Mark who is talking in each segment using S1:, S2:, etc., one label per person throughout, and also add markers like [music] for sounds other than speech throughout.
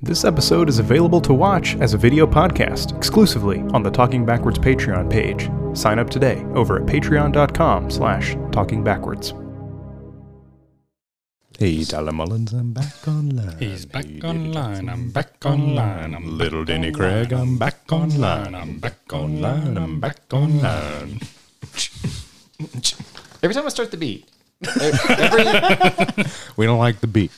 S1: This episode is available to watch as a video podcast exclusively on the Talking Backwards Patreon page. Sign up today over at patreon.com slash talking backwards. Hey, Tyler Mullins, I'm back online.
S2: He's back online. I'm back online. I'm
S1: Little Denny Craig, I'm back online. I'm back online. I'm back online.
S3: Every time I start the beat, every, every-
S1: We don't like the beat.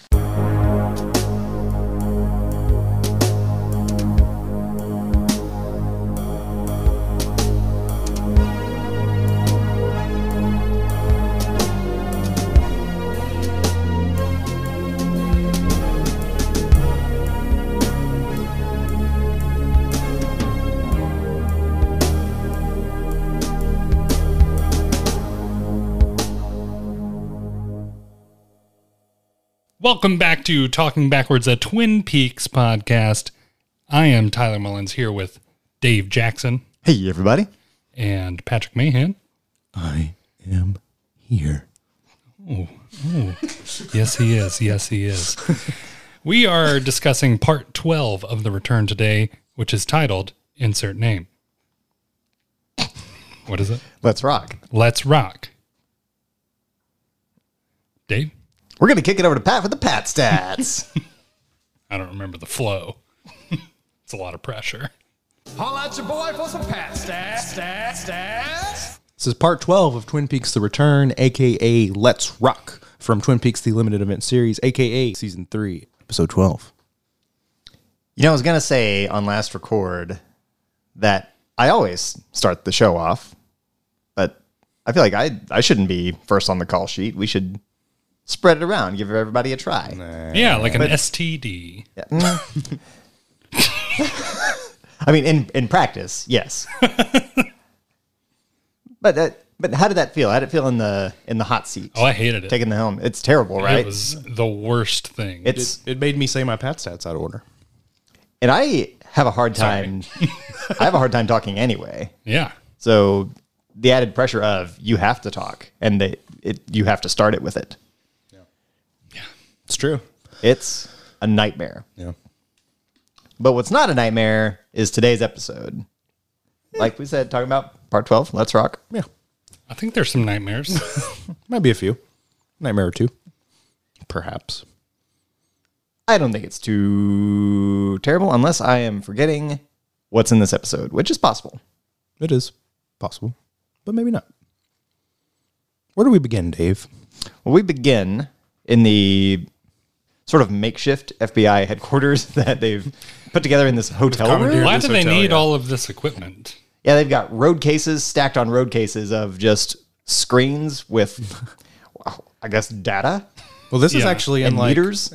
S2: Welcome back to Talking Backwards, a Twin Peaks podcast. I am Tyler Mullins here with Dave Jackson
S4: Hey, everybody.
S2: and Patrick Mahan.
S4: I am here.
S2: Yes, he is. Yes, he is. We are discussing part 12 of The Return today, which is titled Insert Name. What is it?
S4: Let's rock.
S2: Let's Rock. Dave?
S4: We're going to kick it over to Pat for the Pat stats.
S2: I don't remember the flow. [laughs] it's a lot of pressure.
S4: this is part 12 of Twin Peaks The Return, aka Let's Rock, from Twin Peaks The Limited Event Series, aka Season 3, Episode 12.
S3: you know, I was gonna say on last record that I always start the show off, but I feel like I I shouldn't be first on the call sheet. We should spread it around, give everybody a try. Mm.
S2: Yeah, like an STD.
S3: [laughs] I mean, in in practice, [laughs] yes. but that, but how did that feel? How did it feel in the in the hot seat,
S2: Oh, I hated it.
S3: taking the helm? It's terrible, right?
S2: It was the worst thing.
S3: it's
S1: It made me say my Pat stats out of order.
S3: and I have a hard time.
S1: [laughs]
S3: I have a hard time talking anyway.
S2: yeah.
S3: So the added pressure of you have to talk and they, it, you have to start it with it.
S1: It's true.
S3: It's a nightmare.
S1: Yeah.
S3: But what's not a nightmare is today's episode. Like we said, talking about part 12, Let's Rock.
S1: Yeah.
S2: I think there's some nightmares.
S1: Might be a few. Nightmare or two. Perhaps.
S3: I don't think it's too terrible unless I am forgetting what's in this episode, which is possible.
S1: It is possible, but maybe not. Where do we begin, Dave?
S3: Well, we begin in the sort of makeshift FBI headquarters [laughs] that they've put together in this hotel room.
S2: Why do they
S1: hotel,
S2: need
S1: yeah.
S2: all of this equipment?
S3: Yeah, they've got road cases stacked on road cases of just screens with, [laughs] wow, I guess, data
S1: Well, this is
S2: Yeah.
S1: actually in
S3: and
S1: like
S3: meters.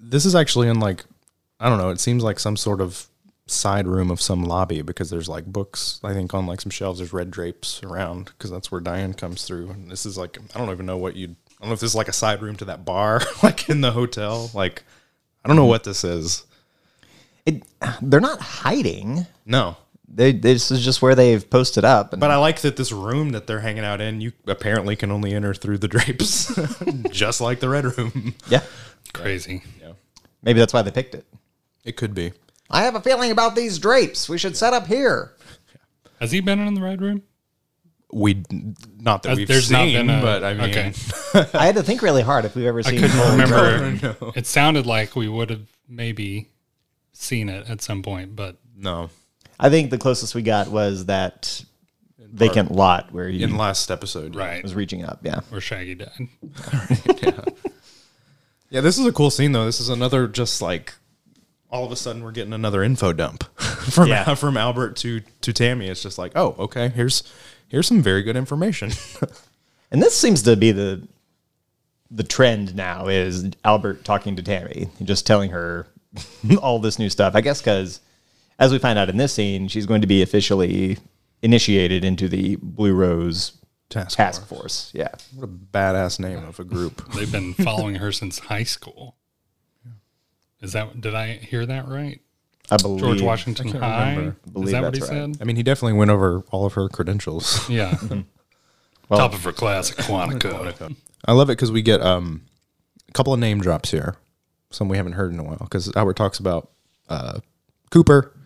S1: this is actually in like I don't know. It seems like some sort of side room of some lobby because there's like books. I think on like some shelves there's red drapes around because that's where Diane comes through. And this is like I don't even know what you. would I don't know if this is like a side room to that bar, [laughs] like in the hotel. Like I don't know what this is.
S3: It, they're not hiding.
S1: No,
S3: They, this is just where they've posted up. And
S1: But I like that this room that they're hanging out in, you apparently can only enter through the [laughs] drapes, just like the red room.
S3: yeah,
S2: Crazy.
S3: maybe that's why they picked it.
S1: It could be.
S3: I have a feeling about these drapes. We should set up here.
S2: Has he been in the red room?
S1: We not that
S2: Uh,
S1: we've
S2: there's not
S1: seen,
S2: been a-
S1: but I mean,
S2: okay.
S3: I had to think really hard if we've ever
S2: I
S3: seen.
S2: [laughs] couldn't
S3: Holy Grail.
S2: remember. It sounded like we would have maybe seen it at some point, but
S1: no.
S3: I think the closest we got was that vacant lot where he
S1: In last episode, yeah.
S2: right.
S3: was reaching up. Yeah,
S2: Where Shaggy died.
S1: Yeah, this is a cool scene though. This is another just like all of a sudden we're getting another info dump [laughs] from
S3: Yeah.
S1: from Albert to to Tammy. It's just like, oh, okay, here's here's some very good information. [laughs]
S3: And this seems to be the the trend now is Albert talking to Tammy, just telling her [laughs] all this new stuff. I guess because as we find out in this scene, she's going to be officially initiated into the Blue Rose
S1: Task
S3: Task Force. Yeah,
S1: what a badass name of a group. [laughs]
S2: They've been following her since high school. Is that did I hear that right?
S3: I believe.
S2: George Washington
S1: can't
S2: High.
S1: remember.
S2: Is
S3: Believe
S2: that what he
S3: that's right.
S2: said?
S1: I mean, he definitely went over all of her credentials.
S2: Yeah. Top of her class at Quantico.
S1: I love it because we get um, a couple of name drops here, some we haven't heard in a while. Because Albert talks about uh, Cooper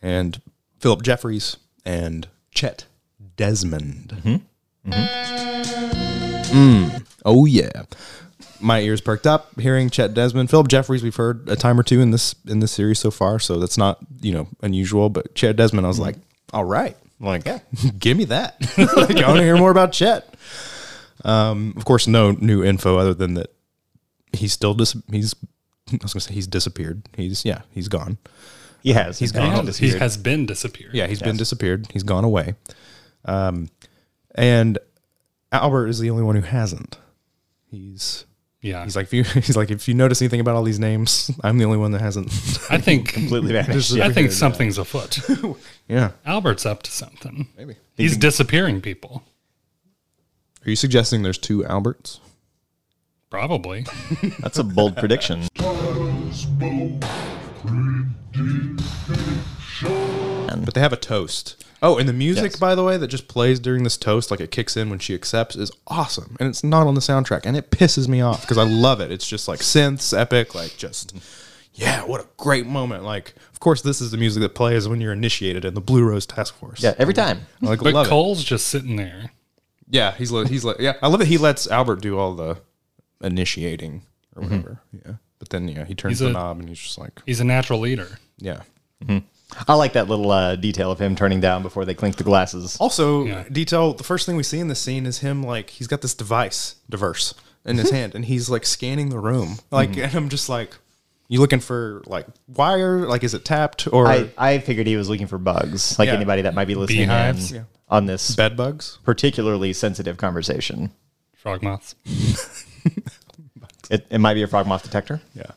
S1: and Philip Jeffries and Chet Desmond. Mm-hmm. Mm. Oh yeah. My ears perked up hearing Chet Desmond. Philip Jeffries, we've heard a time or two in this in this series so far, so that's not, you know, unusual. But Chet Desmond, I was like, all right. Mm-hmm. Like, [laughs] give me that. like, I want to hear more about Chet. Um, of course, no new info other than that he's still dis- he's I was gonna say he's disappeared. He's yeah, he's gone.
S3: He has. He's
S2: He
S3: gone.
S2: has- he has been disappeared.
S1: Yeah, he's been disappeared. He's gone away. Um, and Albert is the only one who hasn't. He's
S2: yeah.
S1: he's like if you [laughs] he's like if you notice anything about all these names, [laughs] I'm the only one that hasn't. [laughs]
S2: I think
S3: completely vanished.
S2: I think something's afoot.
S1: yeah.
S2: Albert's up to something.
S1: Maybe.
S2: He's disappearing people.
S1: Are you suggesting there's two Alberts?
S2: Probably.
S3: That's a bold prediction.
S1: But they have a toast. Oh, and the music, by the way, that just plays during this toast, like it kicks in when she accepts, is awesome. And it's not on the soundtrack, and it pisses me off because I love it. It's just like synths, epic, like just yeah, what a great moment. Like, of course, this is the music that plays when you're initiated in the Blue Rose Task Force.
S3: Yeah, every time.
S1: I, like
S2: But
S1: love it.
S2: Cole's just sitting there.
S1: Yeah, he's li- he's like yeah. I love that he lets Albert do all the initiating or whatever. Yeah, but then yeah, he turns
S2: He's
S1: the
S2: a-
S1: knob and he's just like
S2: He's a natural leader.
S1: yeah.
S3: I like that little uh, detail of him turning down before they clink the glasses.
S1: Also,
S2: Yeah.
S1: detail the first thing we see in this scene is him like he's got this device, diverse, in [laughs] his hand, and he's like scanning the room. Like, and I'm just like, you looking for like wire? Like, is it tapped or
S3: I, I figured he was looking for bugs, like
S1: Yeah.
S3: anybody that might be listening in
S2: Beehives.
S1: Yeah.
S3: on this
S1: bed bugs?
S3: particularly sensitive conversation.
S2: Frog moths.
S3: It, it might be a frog moth detector.
S1: Yeah,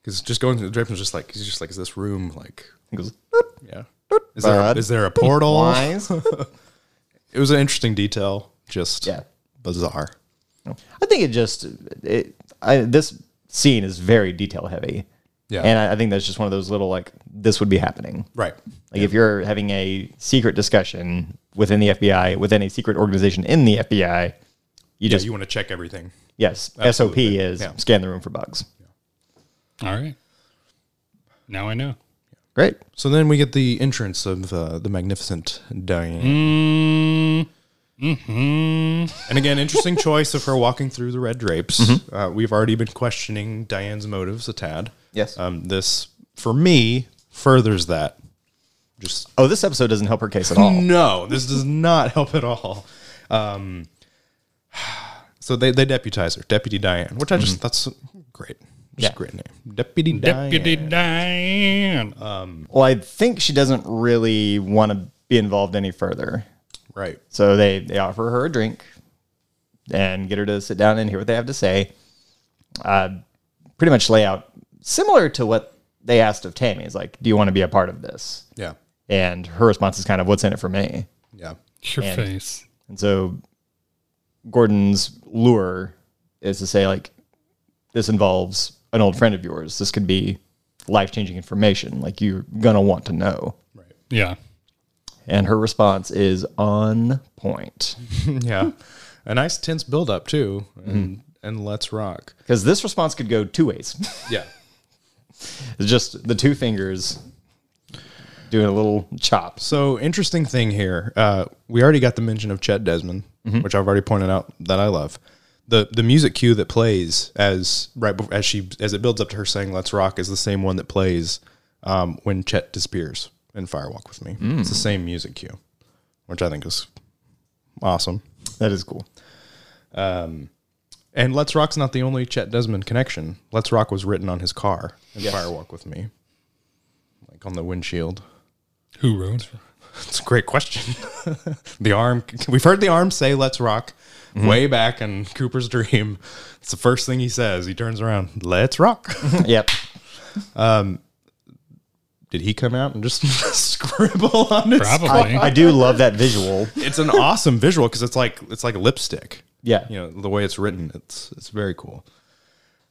S1: because just going through the drapes was just like he's just like, is this room like
S3: It
S1: [laughs]
S3: goes,
S1: yeah? Is there
S3: Bud. [laughs]
S1: is there a portal?
S3: "Lies."
S1: It was an interesting detail. Just
S3: Yeah.
S1: bizarre.
S3: I think it just it. I, this scene is very detail heavy.
S1: Yeah.
S3: and I, I think that's just one of those little like this would be happening.
S1: Right.
S3: Like if you're having a secret discussion within the FBI, within a secret organization in the FBI, you
S1: Yeah,
S3: just
S1: you want to check everything.
S3: yes, SOP is
S1: Yeah.
S3: scan the room for bugs.
S2: All right. Now I know.
S3: Great.
S1: So then we get the entrance of uh, the magnificent Diane. And again, interesting choice of her walking through the red drapes. Uh, we've already been questioning Diane's motives a tad.
S3: Yes.
S1: Um, this, for me, furthers that. Just
S3: Oh, this episode doesn't help her case
S1: [laughs]
S3: at all.
S1: no, this does not [laughs] help at all. Um, [sighs] so they, they deputize her, Deputy Diane, which I just that's great. Just
S3: Yeah.
S1: a great name, Deputy Diane.
S2: Deputy Diane.
S3: Well, I think she doesn't really want to be involved any further.
S1: Right.
S3: So they, they offer her a drink and get her to sit down and hear what they have to say. Uh, pretty much lay out similar to what they asked of Tammy. It's like, do you want to be a part of this?
S1: Yeah.
S3: And her response is kind of, what's in it for me?
S1: Yeah.
S2: Your face.
S3: And so Gordon's lure is to say, like, this involves an old friend of yours. This could be life changing information. Like, you're going to want to know.
S2: Yeah.
S3: And her response is on point.
S1: Yeah. A nice tense buildup too, and and let's rock.
S3: Because this response could go two ways. [laughs]
S1: Yeah.
S3: it's just the two fingers doing a little chop.
S1: So interesting thing here. Uh, we already got the mention of Chet Desmond, which I've already pointed out that I love. The the music cue that plays as right before, as she as it builds up to her saying "Let's rock" is the same one that plays um, when Chet disappears in Firewalk with Me. It's the same music cue, which I think is awesome.
S3: That is cool.
S1: And "Let's Rock's not the only Chet Desmond connection. "Let's Rock" was written on his car in Firewalk with Me, like on the windshield.
S2: Who wrote?
S1: It's a great question. [laughs] the arm, we've heard the arm say, let's rock way back in Cooper's dream. It's the first thing he says. He turns around, let's [laughs] rock.
S3: [laughs] yep.
S1: Did he come out and just [laughs] scribble on his?
S2: Probably.
S3: I do love that visual.
S1: [laughs] It's an awesome visual because it's like, it's like lipstick.
S3: Yeah.
S1: You know, the way it's written, it's, it's very cool.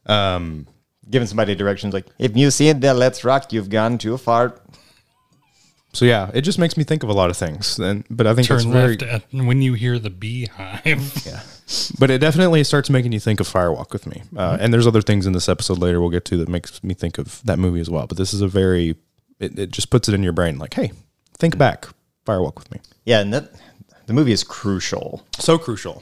S3: Giving somebody directions like, if you see it there, let's rock, you've gone too far.
S1: So yeah, it just makes me think of a lot of things. And but I think it's
S2: Turn
S1: very
S2: left at, when you hear the beehive. Yeah.
S1: but it definitely starts making you think of Firewalk with me. Uh, and there's other things in this episode later we'll get to that makes me think of that movie as well. But this is a very, it, it just puts it in your brain like, hey, think back, Firewalk with me.
S3: Yeah, and that the movie is crucial.
S1: So crucial.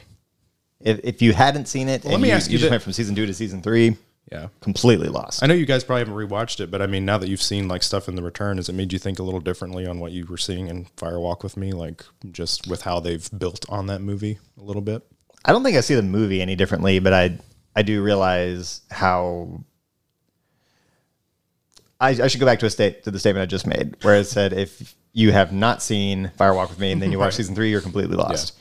S3: If, if you hadn't seen it, and
S1: let me
S3: you,
S1: ask you
S3: you just
S1: thi-
S3: went from season two to season three,
S1: Yeah.
S3: completely lost.
S1: I know you guys probably haven't rewatched it, but I mean, now that you've seen like stuff in the return, has it made you think a little differently on what you were seeing in Firewalk with me? Like just with how they've built on that movie a little bit?
S3: I don't think I see the movie any differently, but I I do realize how I, I should go back to a state to the statement I just made, where it said if you have not seen Firewalk with Me and then you watch season three, you're completely lost.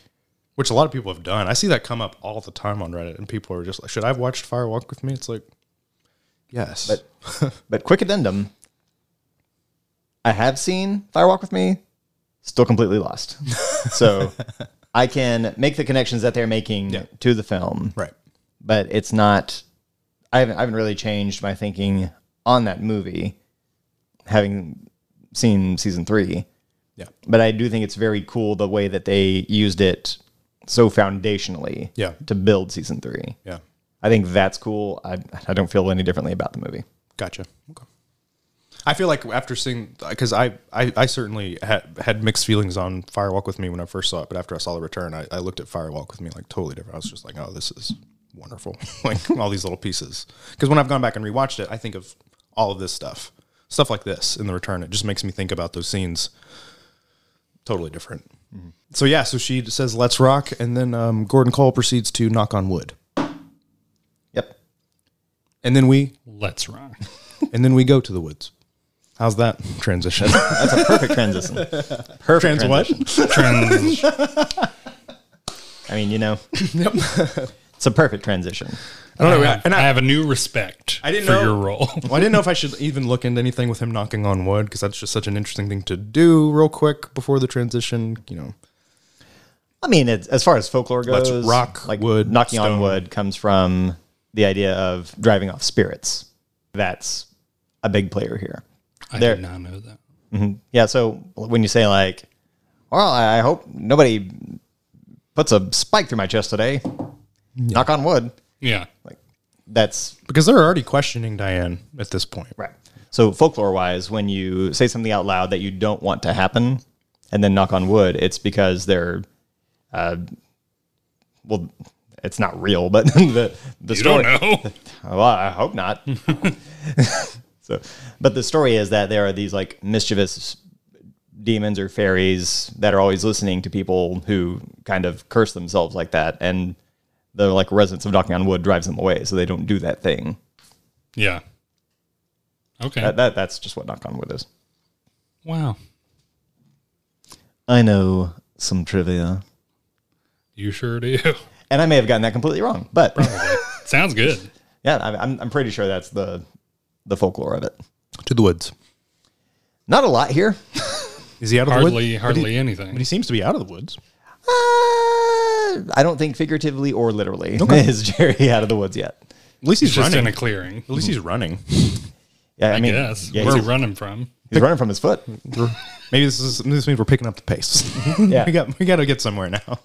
S1: Which a lot of people have done. I see that come up all the time on Reddit, and people are just like, should I have watched Firewalk with me? It's like, yes. But
S3: But quick addendum, I have seen Firewalk with Me, still completely lost. so I can make the connections that they're making to the film,
S1: right.
S3: but it's not I haven't I haven't really changed my thinking on that movie having seen season 3.
S1: Yeah.
S3: But I do think it's very cool the way that they used it so foundationally
S1: Yeah.
S3: to build season 3.
S1: Yeah.
S3: I think that's cool. I I don't feel any differently about the movie.
S1: Gotcha. Okay. I feel like after seeing, because I, I, I certainly had, had mixed feelings on Firewalk with me when I first saw it, but after I saw the return, I, I looked at Firewalk with me like totally different. I was just like, oh, this is wonderful. [laughs] like all these little pieces. Because when I've gone back and rewatched it, I think of all of this stuff, stuff like this in the return. It just makes me think about those scenes totally different. So yeah, so she says, let's rock. And then um, Gordon Cole proceeds to knock on wood.
S3: Yep.
S1: And then we
S2: Let's rock.
S1: and then we go to the woods. How's that transition? [laughs]
S3: That's a perfect transition. Perfect
S1: Trans what?
S3: transition.
S1: [laughs]
S2: Trans-
S3: I mean, you know. it's a perfect transition.
S1: I don't know.
S2: I, have,
S1: and
S2: I
S1: I,
S2: have a new respect
S1: I didn't
S2: for
S1: know-
S2: your role.
S1: [laughs]
S2: [laughs]
S1: well, I didn't know if I should even look into anything with him knocking on wood because that's just such an interesting thing to do real quick before the transition. You know,
S3: I mean, it's, as far as folklore
S1: Let's
S3: goes,
S1: rock wood,
S3: knocking on
S1: stone.
S3: wood comes from the idea of driving off spirits. That's a big player here.
S2: I
S3: There-
S2: did not know that.
S3: Yeah. So when you say like, "Well, I I hope nobody puts a spike through my chest today," knock on wood.
S2: Yeah.
S3: That's
S1: because they're already questioning Diane at this point.
S3: right. So folklore wise, when you say something out loud that you don't want to happen, and then knock on wood, it's because they're, uh, well, it's not real, but [laughs] the the
S2: You
S3: story.
S2: don't
S1: [laughs]
S2: know.
S3: Well, I hope not. so, but the story is that there are these like mischievous demons or fairies that are always listening to people who kind of curse themselves like that, and the like residents of knocking on wood drives them away, so they don't do that thing.
S2: Yeah. Okay.
S3: That, that that's just what knock on wood is.
S2: wow.
S3: I know some trivia,
S2: You sure do. [laughs]
S3: and I may have gotten that completely wrong, but
S2: Sounds good.
S3: [laughs] yeah, I- I'm I'm pretty sure that's the the folklore of it.
S1: To the woods.
S3: Not a lot here.
S1: Is he out of the woods?
S2: Hardly, hardly
S1: But
S2: anything.
S1: he seems to be out of the woods.
S3: Uh, I don't think figuratively or literally [laughs] is Jerry out of the woods yet.
S1: At least he's
S2: Just
S1: running.
S2: in a clearing.
S1: at
S2: [laughs]
S1: least he's running.
S3: Yeah, I, mean,
S2: Yes.
S3: yeah,
S2: Where's he
S3: he's,
S2: running from?
S3: he's running from his [laughs] foot.
S1: We're- Maybe this is this means we're picking up the pace. [laughs]
S3: Yeah.
S1: we got we got to get somewhere now.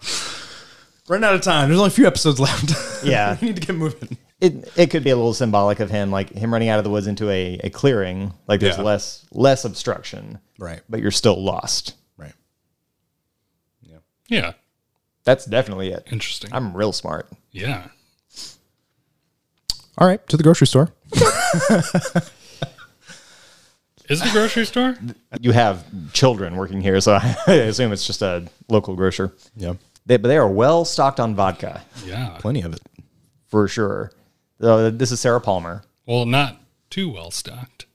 S1: Running out of time. There's only a few episodes left. [laughs]
S3: Yeah.
S1: we need to get moving.
S3: It it could be a little symbolic of him, like him running out of the woods into a, a clearing. Like there's
S1: Yeah.
S3: less less obstruction,
S1: Right.
S3: but you're still lost.
S1: Right.
S2: Yeah.
S3: That's definitely it.
S2: Interesting.
S3: I'm real smart.
S2: yeah.
S1: All right. To the grocery store.
S2: Is it a grocery
S3: [laughs]
S2: store?
S3: You have children working here, so [laughs] I assume it's just a local grocer.
S1: Yeah.
S3: They, but they are well stocked on vodka
S2: Yeah.
S1: Plenty of it.
S3: for sure. So this is Sarah Palmer,
S2: Well, not too well stocked.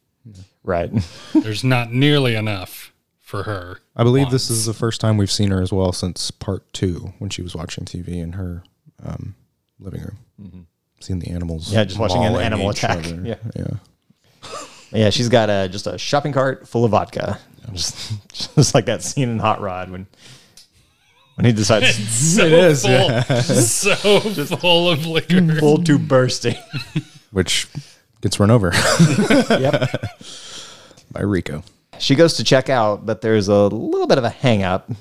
S3: right? [laughs]
S2: There's not nearly enough for
S1: [laughs]
S2: her.
S1: I believe this is the first time we've seen her as well since part two when she was watching TV in her um, living room, seeing the animals.
S3: Yeah, just watching an
S1: mauling
S3: animal
S1: each
S3: attack.
S1: other.
S3: Yeah.
S1: yeah.
S3: Yeah, she's got a just a shopping cart full of vodka, just, [laughs] just like that scene in Hot Rod when when he
S2: [laughs]
S3: decides
S2: So
S1: is,
S2: full,
S1: [laughs]
S2: so full of liquor.
S3: full to bursting.
S1: Which gets run over
S3: yep,
S1: [laughs] by Rico.
S3: [laughs] she goes to check out, but there's a little bit of a hang up.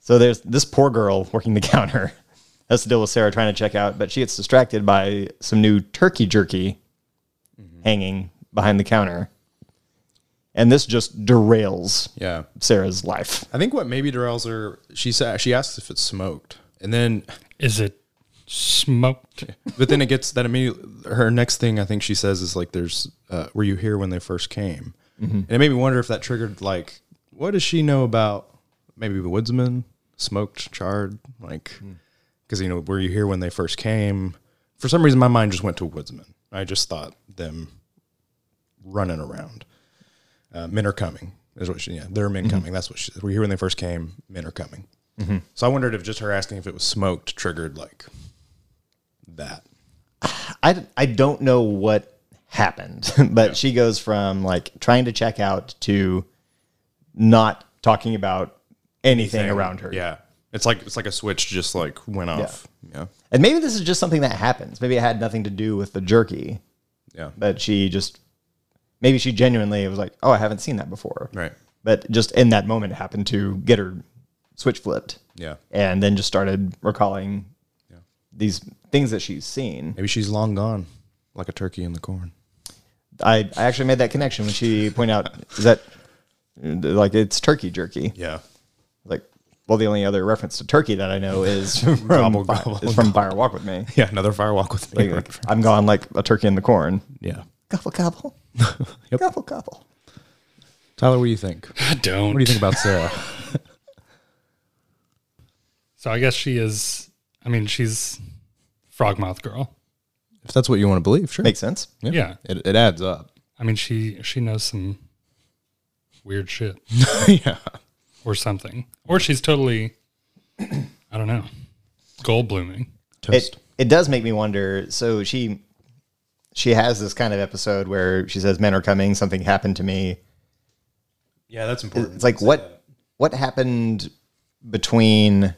S3: So there's this poor girl working the [laughs] counter. That's the deal with Sarah trying to check out, but she gets distracted by some new turkey jerky hanging behind the counter. And this just derails
S1: Yeah.
S3: Sarah's life.
S1: I think what maybe derails her, she sa she asks if it's smoked, and then,
S2: Is it
S3: [laughs]
S2: smoked?
S1: but then it gets that immediately. Her next thing I think she says is like, "There's, uh, were you here when they first came?" And it made me wonder if that triggered like, what does she know about maybe the woodsman smoked, charred, like, because you know, were you here when they first came? For some reason, my mind just went to woodsman. I just thought them running around. Uh, men are coming. Is what she, yeah, there are men coming. That's what she said. Were you here when they first came? Men are coming. So I wondered if just her asking if it was smoked triggered like that.
S3: I, I don't know what happened, [laughs] but she goes from like trying to check out to not talking about anything, around her.
S1: Yeah. It's like it's like a switch just like went off. Yeah.
S3: And maybe this is just something that happens. Maybe it had nothing to do with the jerky,
S1: Yeah.
S3: but she just maybe she genuinely was like, "Oh, I haven't seen that before."
S1: Right.
S3: But just in that moment it happened to get her switch flipped
S1: Yeah.
S3: and then just started recalling these things that she's seen.
S1: Maybe she's long gone, like a turkey in the corn.
S3: I, I actually made that connection when she pointed out is that like it's turkey jerky.
S1: Yeah. [laughs]
S3: Like, well, the only other reference to turkey that I know is from,
S1: [laughs] Gobble,
S3: Fire-
S1: gobble,
S3: is from Fire Walk with Me.
S1: Yeah. Another firewalk with me.
S3: Like, I'm gone like a turkey in the corn.
S1: yeah.
S3: Gobble
S1: [laughs]
S3: gobble. Gobble gobble.
S1: Tyler, what do you think? What
S2: I don't.
S1: do you think
S3: [laughs]
S1: about Sarah?
S2: So I guess she is. I mean, she's frogmouth girl.
S1: if that's what you want to believe, sure.
S3: Makes sense.
S1: yeah.
S2: Yeah.
S1: It, it
S3: [laughs]
S1: adds up.
S2: I mean, she she knows some weird shit
S1: yeah.
S2: or something, or she's totally. [clears throat] I don't know. Gold blooming.
S1: Toast.
S3: It it does make me wonder. So she she has this kind of episode where she says, "Men are coming. Something happened to me."
S1: yeah, that's important.
S3: It's like what what happened between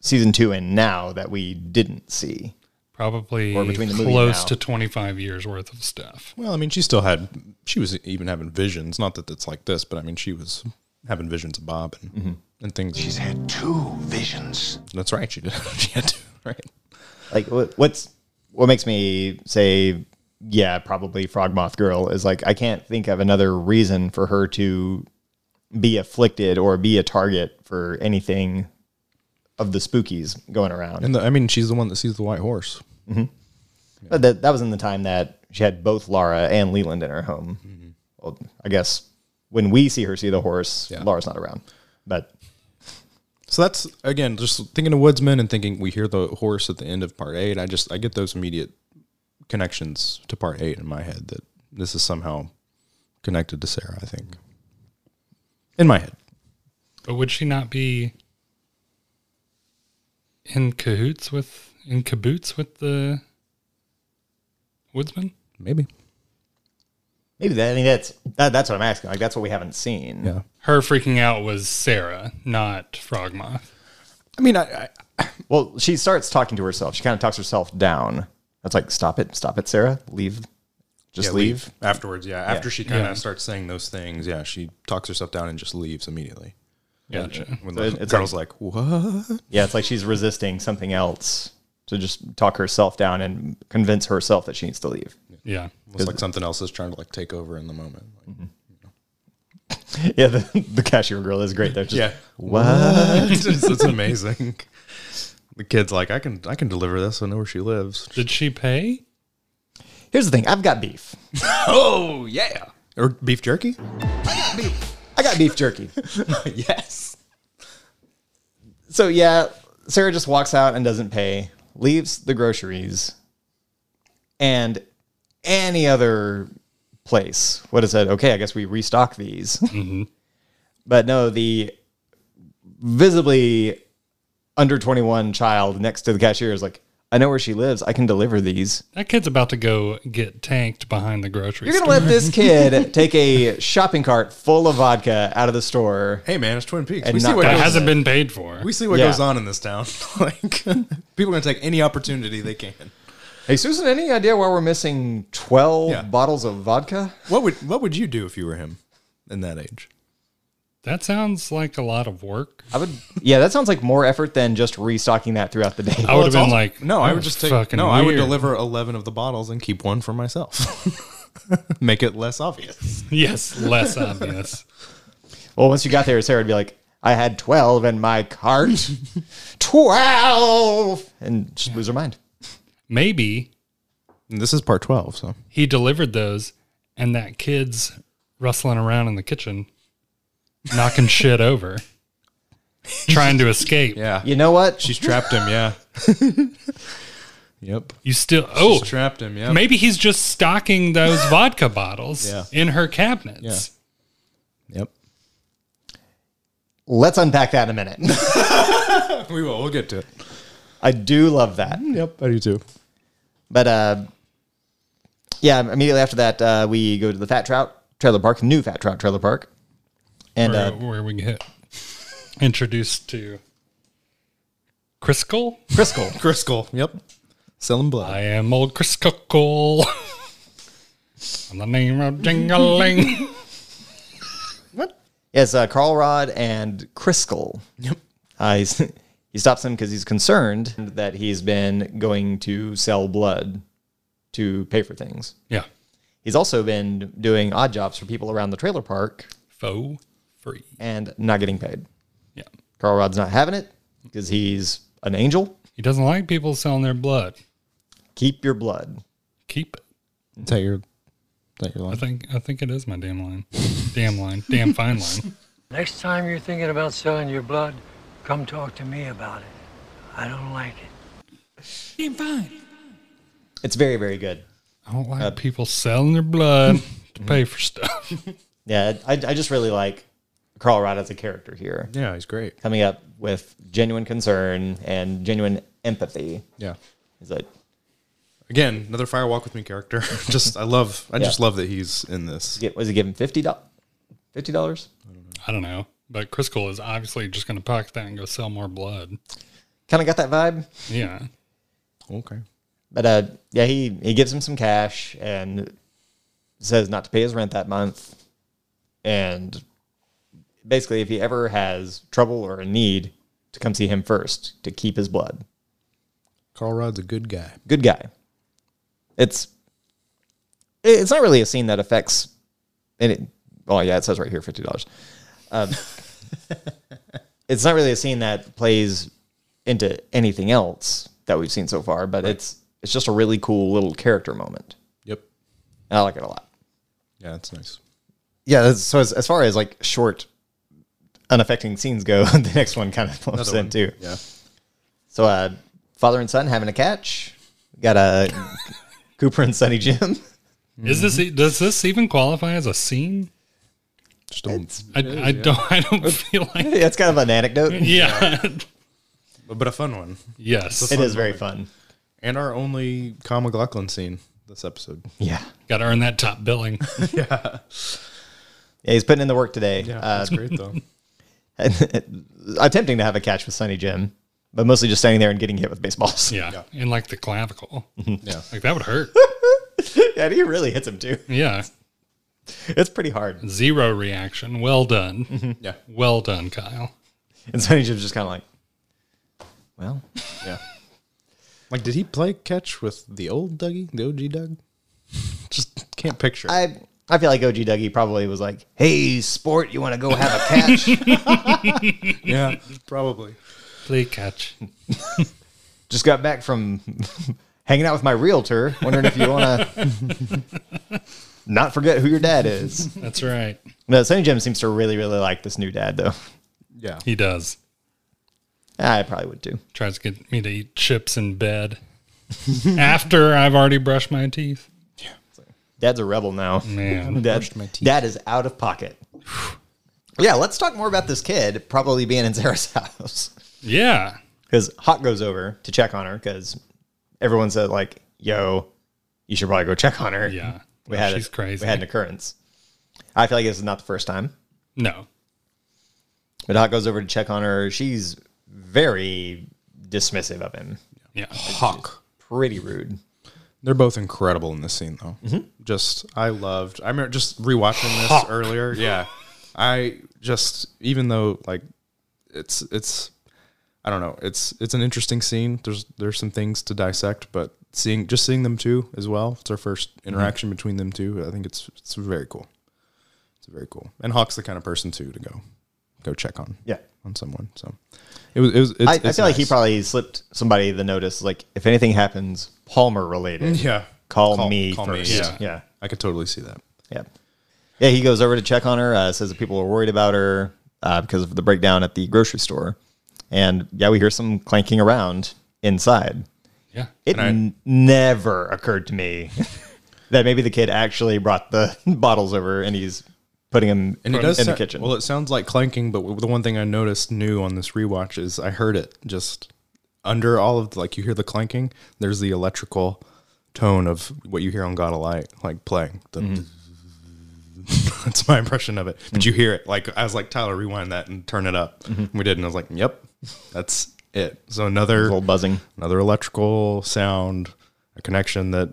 S3: season two and now that we didn't see.
S2: Probably
S3: between the movie
S2: close
S3: now.
S2: to twenty five years worth of stuff.
S1: Well, I mean, she still had, she was even having visions. Not that it's like this, but I mean, she was having visions of Bob and, and things.
S5: She's had two visions.
S1: That's right. She did. [laughs] she had to, right?
S3: Like wh- what's what makes me say, yeah, probably Frogmoth Girl is like I can't think of another reason for her to be afflicted or be a target for anything of the spookies going around.
S1: And the, I mean, she's the one that sees the white horse.
S3: But that that was in the time that she had both Lara and Leland in her home.
S1: Mm-hmm.
S3: Well, I guess when we see her see the horse, Lara's not around. But
S1: So that's again just thinking of woodsman and thinking we hear the horse at the end of part eight. I just I get those immediate connections to part eight in my head that this is somehow connected to Sarah. I think in my head.
S2: But would she not be in cahoots with in cahoots with the woodsman?
S1: Maybe.
S3: maybe that I mean that's that, that's what I'm asking. Like that's what we haven't seen.
S1: Yeah.
S2: Her freaking out was Sarah, not Frogmoth.
S1: I mean, I, I
S3: Well, she starts talking to herself. She kind of talks herself down. That's like stop it, stop it, Sarah. Leave. Just leave.
S1: afterwards. Yeah. After she kind of
S2: Yeah.
S1: starts saying those things, yeah, she talks herself down and just leaves immediately.
S2: Gotcha.
S1: When
S3: So
S1: the
S3: it's
S1: girl's like, "What?"
S3: Yeah, it's like she's resisting something else to just talk herself down and convince herself that she needs to leave.
S2: Yeah.
S1: It's like something else is trying to like take over in the moment. Like,
S3: Yeah, the, the cashier girl is great. They're just
S1: Yeah. What? [laughs] it's, it's amazing. The kid's like, I can I can deliver this. I know where she lives.
S2: Did she pay?
S3: Here's the thing. I've got beef.
S1: Oh yeah. Or beef jerky?
S3: I got beef jerky.
S1: yes.
S3: So yeah, Sarah just walks out and doesn't pay, leaves the groceries, and any other place would have said, "Okay, I guess we restock these." [laughs] but no, the visibly under twenty-one child next to the cashier is like, "I know where she lives. I can deliver these."
S2: That kid's about to go get tanked behind the grocery
S3: You're
S2: store.
S3: gonna let this kid [laughs] take a shopping cart full of vodka out of the store.
S1: Hey man, it's Twin Peaks.
S3: And
S1: we see
S3: not
S1: what
S2: that
S1: goes,
S2: hasn't been paid for.
S1: we see what
S3: Yeah.
S1: [laughs] goes on in this town. like people are gonna take any opportunity they can.
S3: Hey, Susan, any idea why we're missing 12
S1: Yeah.
S3: bottles of vodka?
S1: What would what would you do if you were him in that age?
S2: That sounds like a lot of work.
S3: I would. Yeah, that sounds like more effort than just restocking that throughout the day.
S2: I would have
S1: it's
S2: been
S1: also-
S2: like,
S1: no, I would
S2: "That's
S1: just take. No,
S2: Oh, fucking
S1: I would
S2: weird."
S1: deliver eleven of the bottles and keep one for myself. [laughs] Make it less obvious.
S2: [laughs] Yes, less obvious.
S3: Well, once you got there, Sarah would be like, I had 12 in my
S1: [laughs]
S3: cart. 12! And just lose her mind.
S2: Maybe
S1: And this is part twelve, so
S2: he delivered those, and that kid's rustling around in the kitchen, knocking [laughs] shit over, trying to escape.
S1: yeah,
S3: You know what?
S1: she's trapped him. Yeah. [laughs] yep.
S2: You still, oh,
S1: She's trapped him. Yeah.
S2: maybe he's just stocking [gasps] those vodka bottles
S1: Yeah.
S2: in her cabinets.
S1: Yep.
S3: Let's unpack that in a minute. [laughs]
S1: We will. We'll get to it.
S3: I do love that.
S1: Yep. I do too.
S3: But uh, yeah, immediately after that, uh, we go to the Fat Trout Trailer Park, new Fat Trout Trailer Park. And
S2: Where,
S3: uh,
S2: where we get introduced to Crisco.
S3: Crisco.
S1: Crisco. Yep. Selling blood.
S2: I am old Crisco. I'm the name of Jingling.
S3: Yes, uh, Carl Rod and Criskel. Yep. Uh, he's, [laughs] he stops him because he's concerned that he's been going to sell blood to pay for things.
S2: yeah.
S3: He's also been doing odd jobs for people around the trailer park
S2: Faux free.
S3: and not getting paid.
S2: Yeah.
S3: Carl Rod's not having it because he's an angel.
S2: He doesn't like people selling their blood.
S3: Keep your blood.
S2: Keep it.
S1: Is that your? Is that your
S2: I
S1: line?
S2: think I think it is my damn line. Damn line. Damn fine line.
S6: Next time you're thinking about selling your blood, come talk to me about it. I don't like it.
S2: Damn fine.
S3: It's very, very good.
S2: I don't like people selling their blood to pay for stuff.
S3: Yeah, I, I just really like Carl Rod as a character here,
S1: Yeah, he's great.
S3: coming up with genuine concern and genuine empathy.
S1: Yeah.
S3: He's like,
S1: Again, another firewalk with me character. [laughs] just I love. I just
S3: Yeah.
S1: love that he's in this.
S3: get- was he given fifty dollars? Fifty dollars?
S2: I don't know. But Crisco is obviously just gonna pocket that and go sell more blood.
S3: Kind of got that vibe.
S2: Yeah.
S1: Okay.
S3: But uh, yeah, he he gives him some cash and says not to pay his rent that month. And basically, if he ever has trouble or a need, to come see him first to keep his blood.
S1: Carl Rod's a good guy.
S3: Good guy. It's it's not really a scene that affects. And it, oh yeah, it says right here fifty dollars. [laughs] Um, it's not really a scene that plays into anything else that we've seen so far, but it's it's just a really cool little character moment.
S1: Yep.
S3: And I like it a lot.
S1: Yeah, that's nice.
S3: Yeah. That's, so as, as far as like short, unaffecting scenes go, [laughs] the next one kind of flows in too.
S1: Yeah.
S3: So uh, father and son having a catch. Got [laughs] a Cooper and Sonny Jim.
S2: Is this e- does this even qualify as a scene?
S1: Just don't.
S2: I, I don't I don't feel
S3: [laughs]
S2: [laughs] like
S3: That's kind of an anecdote.
S2: Yeah.
S1: but a fun one.
S2: yes.
S3: It is very fun.
S1: And our only Kyle McLaughlin scene this episode.
S3: Yeah.
S2: Gotta earn that top [laughs] billing.
S3: Yeah, he's putting in the work today. Uh,
S1: that's great though.
S3: [laughs] attempting to have a catch with Sonny Jim, but mostly just standing there and getting hit with baseballs.
S2: Yeah. Mm-hmm. And like the clavicle.
S1: Yeah.
S2: Like that would [laughs] hurt.
S3: [laughs] and he really hits him too.
S2: Yeah.
S3: It's pretty hard.
S2: Zero reaction. Well done.
S1: [laughs] Yeah.
S2: Well done, Kyle.
S3: And Sonny Jim's just kind of like, well,
S1: Yeah. Like, did he play catch with the old Dougie, the OG Doug? [laughs] Just can't picture.
S3: I I feel like OG Dougie probably was like, hey, sport, you want to go have a
S2: [laughs]
S3: catch?
S1: yeah, [laughs] probably.
S2: Play catch.
S3: just got back from [laughs] hanging out with my realtor, wondering if you want to [laughs] not forget who your dad is.
S2: [laughs] That's right.
S3: No, Sonny Jim seems to really, really like this new dad, though.
S1: Yeah.
S2: He does.
S3: I probably would too.
S2: Tries to get me to eat chips in bed [laughs] after I've already brushed my teeth.
S3: Dad's a rebel now.
S2: [laughs] Man.
S3: Dad, dad is out of pocket. yeah, let's talk more about this kid probably being in Sarah's [laughs] house.
S2: Yeah.
S3: Because Hawk goes over to check on her because everyone said, like, yo, you should probably go check on her.
S2: Yeah. Oh,
S3: We had
S2: She's
S3: a,
S2: crazy.
S3: We had an occurrence. I feel like this is not the first time.
S2: No.
S3: But Hawk goes over to check on her. She's very dismissive of him.
S2: Yeah.
S1: Hawk.
S3: Pretty rude.
S1: They're both incredible in this scene, though. Just, I loved. I remember just rewatching this earlier. Yeah, I just, even though like, it's it's, I don't know. It's it's an interesting scene. There's there's some things to dissect, but seeing just seeing them two as well. It's our first
S3: Mm-hmm.
S1: interaction between them two. I think it's it's very cool. It's very cool. And Hawk's the kind of person too to go go check on.
S3: Yeah.
S1: on someone. So it was. It was. It's,
S3: I, I
S1: it's
S3: feel like he
S1: nice.
S3: probably slipped somebody the notice. Like, if anything happens, Palmer related,
S1: [laughs] Yeah.
S3: call, me
S1: Mm. call
S3: first.
S1: Yeah.
S3: yeah,
S1: I could totally see that.
S3: yeah, yeah. He goes over to check on her. Uh, says that people are worried about her uh, because of the breakdown at the grocery store, and yeah, we hear some clanking around inside.
S2: Yeah.
S3: It n- never occurred to me [laughs] that maybe the kid actually brought the [laughs] bottles over and he's putting them
S1: And it
S3: in
S1: does
S3: the
S1: sound-
S3: kitchen.
S1: Well, it sounds like clanking, but the one thing I noticed new on this rewatch is I heard it just under all of like you hear the clanking. There's the electrical tone of what you hear on God of Light, like playing. The-
S3: Mm-hmm.
S1: [laughs] That's my impression of it. But you hear it like I was like Tyler, rewind that and turn it up. We did, and I was like, "Yep, that's it." So another
S3: Mm-hmm. a little buzzing.
S1: another electrical sound, a connection that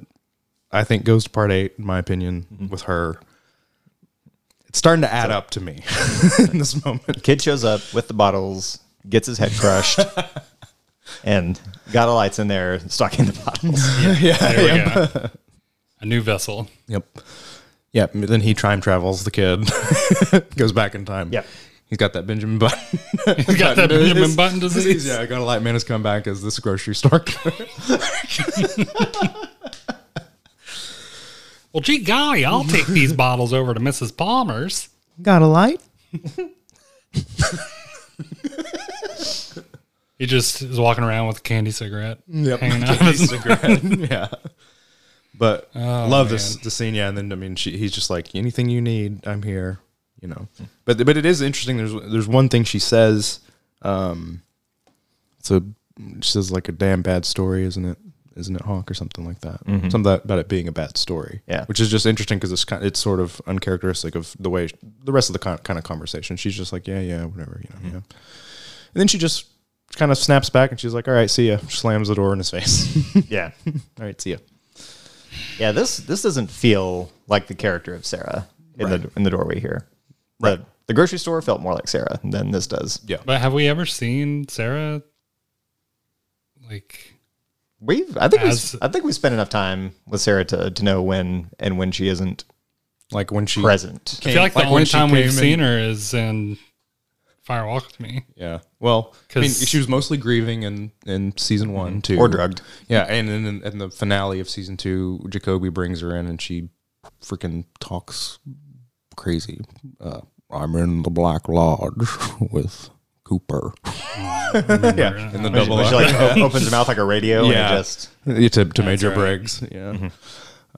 S1: I think goes to part eight, in my opinion, with her. It's starting to add up to me [laughs] in this moment.
S3: Kid shows up with the bottles, gets his head
S1: [laughs]
S3: crushed, and got a lights in there stocking the
S1: [laughs]
S3: bottles.
S2: There we
S3: [laughs]
S2: go. A new vessel.
S1: Yep. Yep. Then he time travels the kid, [laughs] goes back in time.
S3: Yep.
S1: He's got that Benjamin Button.
S2: [laughs] He's got that Benjamin Button disease.
S1: [laughs] yeah, I got a light man has come back as this grocery store.
S2: Well, gee golly, I'll
S3: [laughs]
S2: take these bottles over to Mrs. Palmer's.
S1: got a light?
S2: [laughs] He just is walking around with a candy cigarette.
S1: Yep.
S2: Hanging
S1: [laughs]
S2: out of his-
S1: yeah. But
S2: Oh,
S1: love this the scene, yeah. And then I mean, she, he's just like, anything you need, I'm here, you know.
S2: Hmm.
S1: But but it is interesting. There's there's one thing she says. Um, it's a she says like a damn bad story, isn't it? Isn't it Hawk or something like that?
S2: Mm-hmm.
S1: Something about it being a bad story,
S3: Yeah.
S1: Which is just interesting because it's kind it's sort of uncharacteristic of the way the rest of the con- kind of conversation. She's just like, yeah, yeah, whatever, you know,
S2: Mm-hmm.
S1: yeah. And then she just kind of snaps back and she's like, all right, see ya. Slams the door in his [laughs] face.
S3: yeah.
S1: all right, see ya.
S3: Yeah, this this doesn't feel like the character of Sarah in the in the doorway here. Right. The, the grocery store felt more like Sarah than this does.
S1: Yeah.
S2: But have we ever seen Sarah like
S3: We've I think
S2: As-
S3: we I think we spent enough time with Sarah to, to know when and when she isn't
S1: Like when she
S3: present.
S2: I feel like the
S1: like when
S2: only
S1: she
S2: time
S1: came
S2: we've
S1: in-
S2: seen her is in Fire Walk with Me.
S1: Yeah. Well, I mean,
S2: 'Cause-
S1: she was mostly grieving in, in season one, too.
S3: Mm-hmm. Or drugged.
S1: Yeah. And then in, in the finale of season two, Jacoby brings her in and she freaking talks crazy. Uh, I'm in the Black Lodge [laughs] with Cooper. [laughs] yeah. In the
S3: When she,
S1: double
S3: when she like o- opens her mouth like a radio and
S1: Yeah.
S3: it just
S1: Yeah, to, to Major Briggs, yeah, um,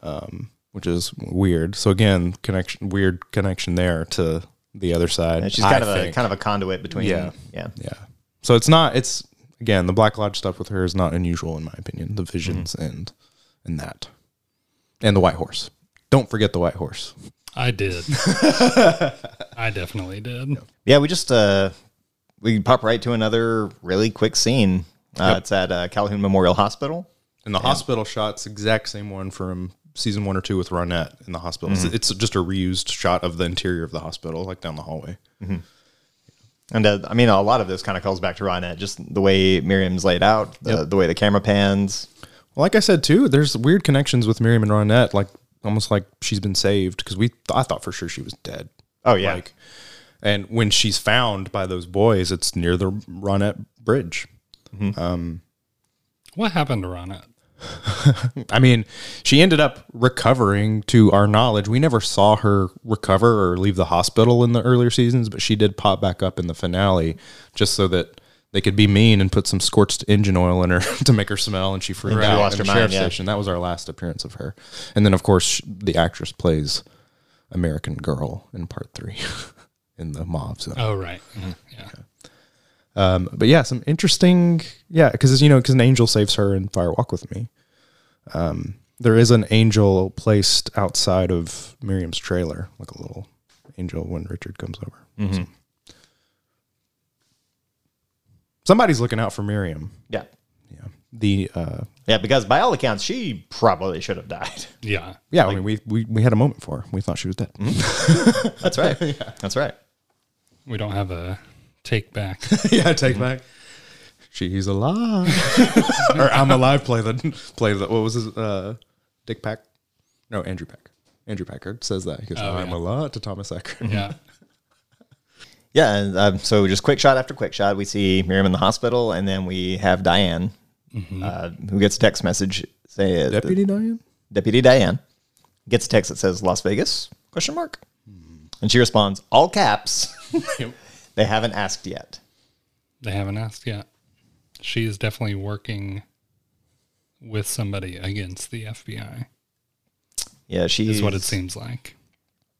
S3: Mm-hmm.
S1: which is weird. So again, connection, weird connection there to the other side.
S3: and she's
S1: I
S3: kind of a
S1: think.
S3: kind of a conduit between
S1: Yeah.
S3: yeah.
S1: yeah. So it's not. It's again the Black Lodge stuff with her is not unusual in my opinion. The visions
S3: Mm-hmm.
S1: and and that, and the White Horse. Don't forget the White Horse.
S2: I
S1: [laughs]
S2: did. I definitely did.
S3: Yeah, we just uh we pop right to another really quick scene. Uh, It's at uh, Calhoun Memorial Hospital.
S1: And the hospital shots exact same one from season one or two with Ronette in the hospital.
S3: Mm-hmm.
S1: It's, it's just a reused shot of the interior of the hospital, like down the hallway.
S3: And uh, I mean, a lot of this kind of calls back to Ronette, just the way Miriam's laid out, the, the way the camera pans.
S1: Well, like I said too, there's weird connections with Miriam and Ronette, like almost like she's been saved because we I thought for sure she was dead.
S3: Oh, yeah.
S1: Like, and when she's found by those boys, it's near the Ronette Bridge.
S2: What happened to Ronette?
S1: I mean, she ended up recovering to our knowledge. We never saw her recover or leave the hospital in the earlier seasons, but she did pop back up in the finale just so that they could be mean and put some scorched engine oil in her [laughs] to make her smell and she freaked
S3: she
S1: out
S3: lost
S1: in
S3: her
S1: the
S3: mind,
S1: sheriff's
S3: yeah.
S1: station. That was our last appearance of her. And then of course sh- the actress plays American Girl in part 3 [laughs] in the mob zone.
S2: Oh right. Yeah.
S1: Um, but yeah, some interesting, yeah, because you know, because an angel saves her in Fire Walk with Me. Um, there is an angel placed outside of Miriam's trailer, like a little angel when Richard comes over. So- Somebody's looking out for Miriam.
S3: Yeah.
S1: Yeah, the uh,
S3: Yeah, because by all accounts, she probably should have died.
S2: Yeah.
S1: Yeah, I mean, we, we we had a moment for her. We thought she was dead.
S3: [laughs] That's [laughs] right. That's right.
S2: We don't have a take back.
S1: [laughs] yeah, take back. She's alive, [laughs] or I'm alive. Play the play the what was his uh, Dick Pack? No, Andrew Pack. Andrew Packard says that. He goes, "I'm alive" to Thomas Ackert.
S2: [laughs] yeah.
S3: Yeah, and um, so just quick shot after quick shot, we see Miriam in the hospital, and then we have Diane, uh, who gets a text message say
S1: [laughs]
S3: uh,
S1: Deputy Diane.
S3: Deputy Diane gets a text that says Las Vegas question mark, and she responds all caps. [laughs] they haven't asked yet.
S2: They haven't asked yet. She is definitely working with somebody against the FBI,
S3: Yeah, she's
S2: is what it seems like.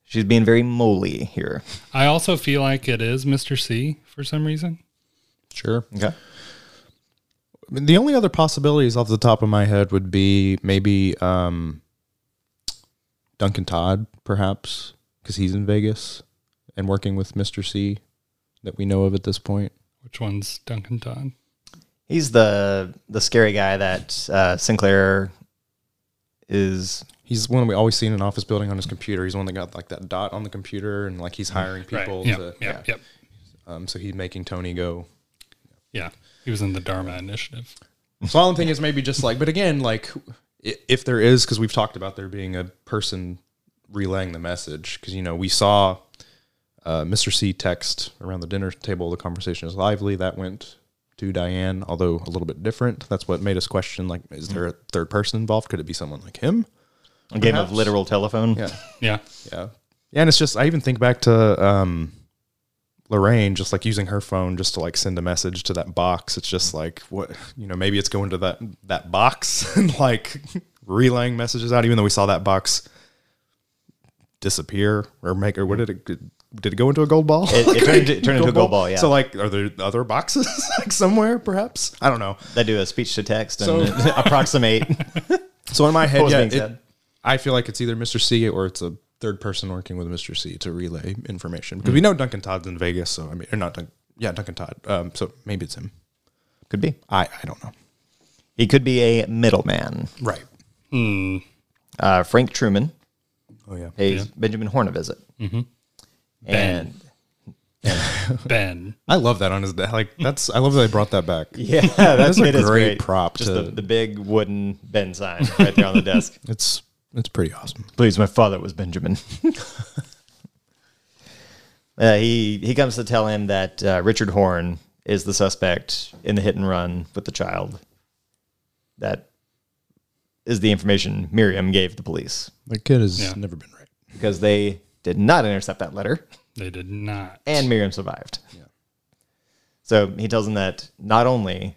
S3: She's being very moly here.
S2: I also feel like it is Mr. C for some reason.
S1: Sure.
S3: Okay,
S1: I mean, The only other possibilities off the top of my head would be maybe um, Duncan Todd, perhaps, because he's in Vegas and working with Mr. C that we know of at this point.
S2: Which one's Duncan Todd?
S3: he's the the scary guy that uh, Sinclair is.
S1: He's one we always see in an office building on his computer. He's the one that got like that dot on the computer and like he's hiring people.
S2: Yep,
S1: to,
S2: yep, yep.
S1: Um, so he's making Tony go.
S2: Yeah. He was in the Dharma Initiative.
S1: So all I'm thinking is maybe just like, but again, like i- if there is, because we've talked about there being a person relaying the message, because you know we saw uh, Mr. C text around the dinner table. The conversation is lively. That went to Diane, although a little bit different. That's what made us question: like, is there a third person involved? Could it be someone like him?
S3: A game of literal telephone.
S1: Yeah.
S2: [laughs] Yeah.
S1: Yeah. Yeah, and it's just I even think back to um Lorraine just like using her phone just to like send a message to that box. It's just like what you know, maybe it's going to that that box [laughs] and like relaying messages out, even though we saw that box disappear or make or what did it did it go into a gold ball?
S3: It, it turned, it turned into a gold ball. Yeah,
S1: So like are there other boxes [laughs] like somewhere perhaps? I don't know.
S3: they do a speech to text and [laughs] approximate
S1: So in my head,
S3: was
S1: yeah,
S3: being
S1: it-
S3: said.
S1: I feel like it's either Mr. C or it's a third person working with Mr. C to relay information because we know Duncan Todd's in Vegas, so I mean, or not, Dun- yeah, Duncan Todd. Um, so maybe it's him.
S3: could be.
S1: I I don't know.
S3: He could be a middleman.
S1: Right.
S3: Uh, Frank Truman
S1: Oh yeah.
S3: pays Benjamin Horn a visit, mm-hmm. and
S2: Ben.
S1: I love that on his like that's I love that they brought that back.
S3: [laughs] yeah, that's
S1: is a
S3: it is
S1: great prop
S3: Just
S1: to-
S3: the, the big wooden Ben sign right there on the desk.
S1: It's it's pretty awesome.
S3: Please, my father was Benjamin. [laughs] uh, he he comes to tell him that uh, Richard Horn is the suspect in the hit and run with the child. That is the information Miriam gave the police
S1: The kid has
S2: Yeah.
S1: never been right.
S3: because they did not intercept that letter.
S2: They did not.
S3: and Miriam survived. So he tells him that not only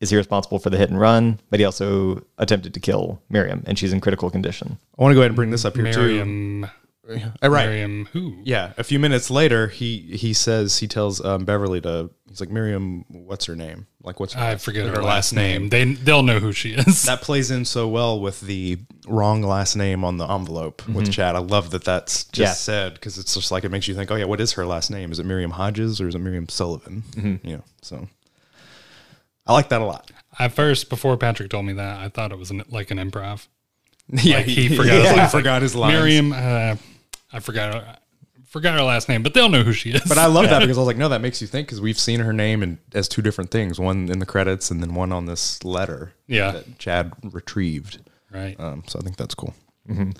S3: is he responsible for the hit and run, but he also attempted to kill Miriam, and she's in critical condition.
S1: I want to go ahead and bring this up here
S2: Miriam.
S1: too. Uh, right.
S2: Miriam who?
S1: Yeah. A few minutes later, he he says he tells um, Beverly to he's like Miriam, what's her name? Like what's her
S2: I forget her, last name. They they'll know who she is.
S1: that plays in so well with the wrong last name on the envelope
S2: Mm-hmm.
S1: with Chad. I love that that's just
S3: Yeah.
S1: said because it's just like it makes you think, oh yeah, what is her last name? Is it Miriam Hodges or is it Miriam Sullivan?
S2: Mm-hmm.
S1: You know, so I like that
S2: [laughs]
S1: a lot.
S2: At first, before Patrick told me that, I thought it was an, like an improv.
S1: [laughs] yeah,
S2: Like he forgot. his last-
S1: forgot his lines.
S2: Miriam. Uh, I forgot. Her, forgot her last name, but they'll know who she is.
S1: But I love that because I was like, no, that makes you think because we've seen her name and as two different things, one in the credits and then one on this letter
S2: Yeah.
S1: that Chad retrieved.
S2: [laughs] right.
S1: Um, so I think that's cool. Mm-hmm.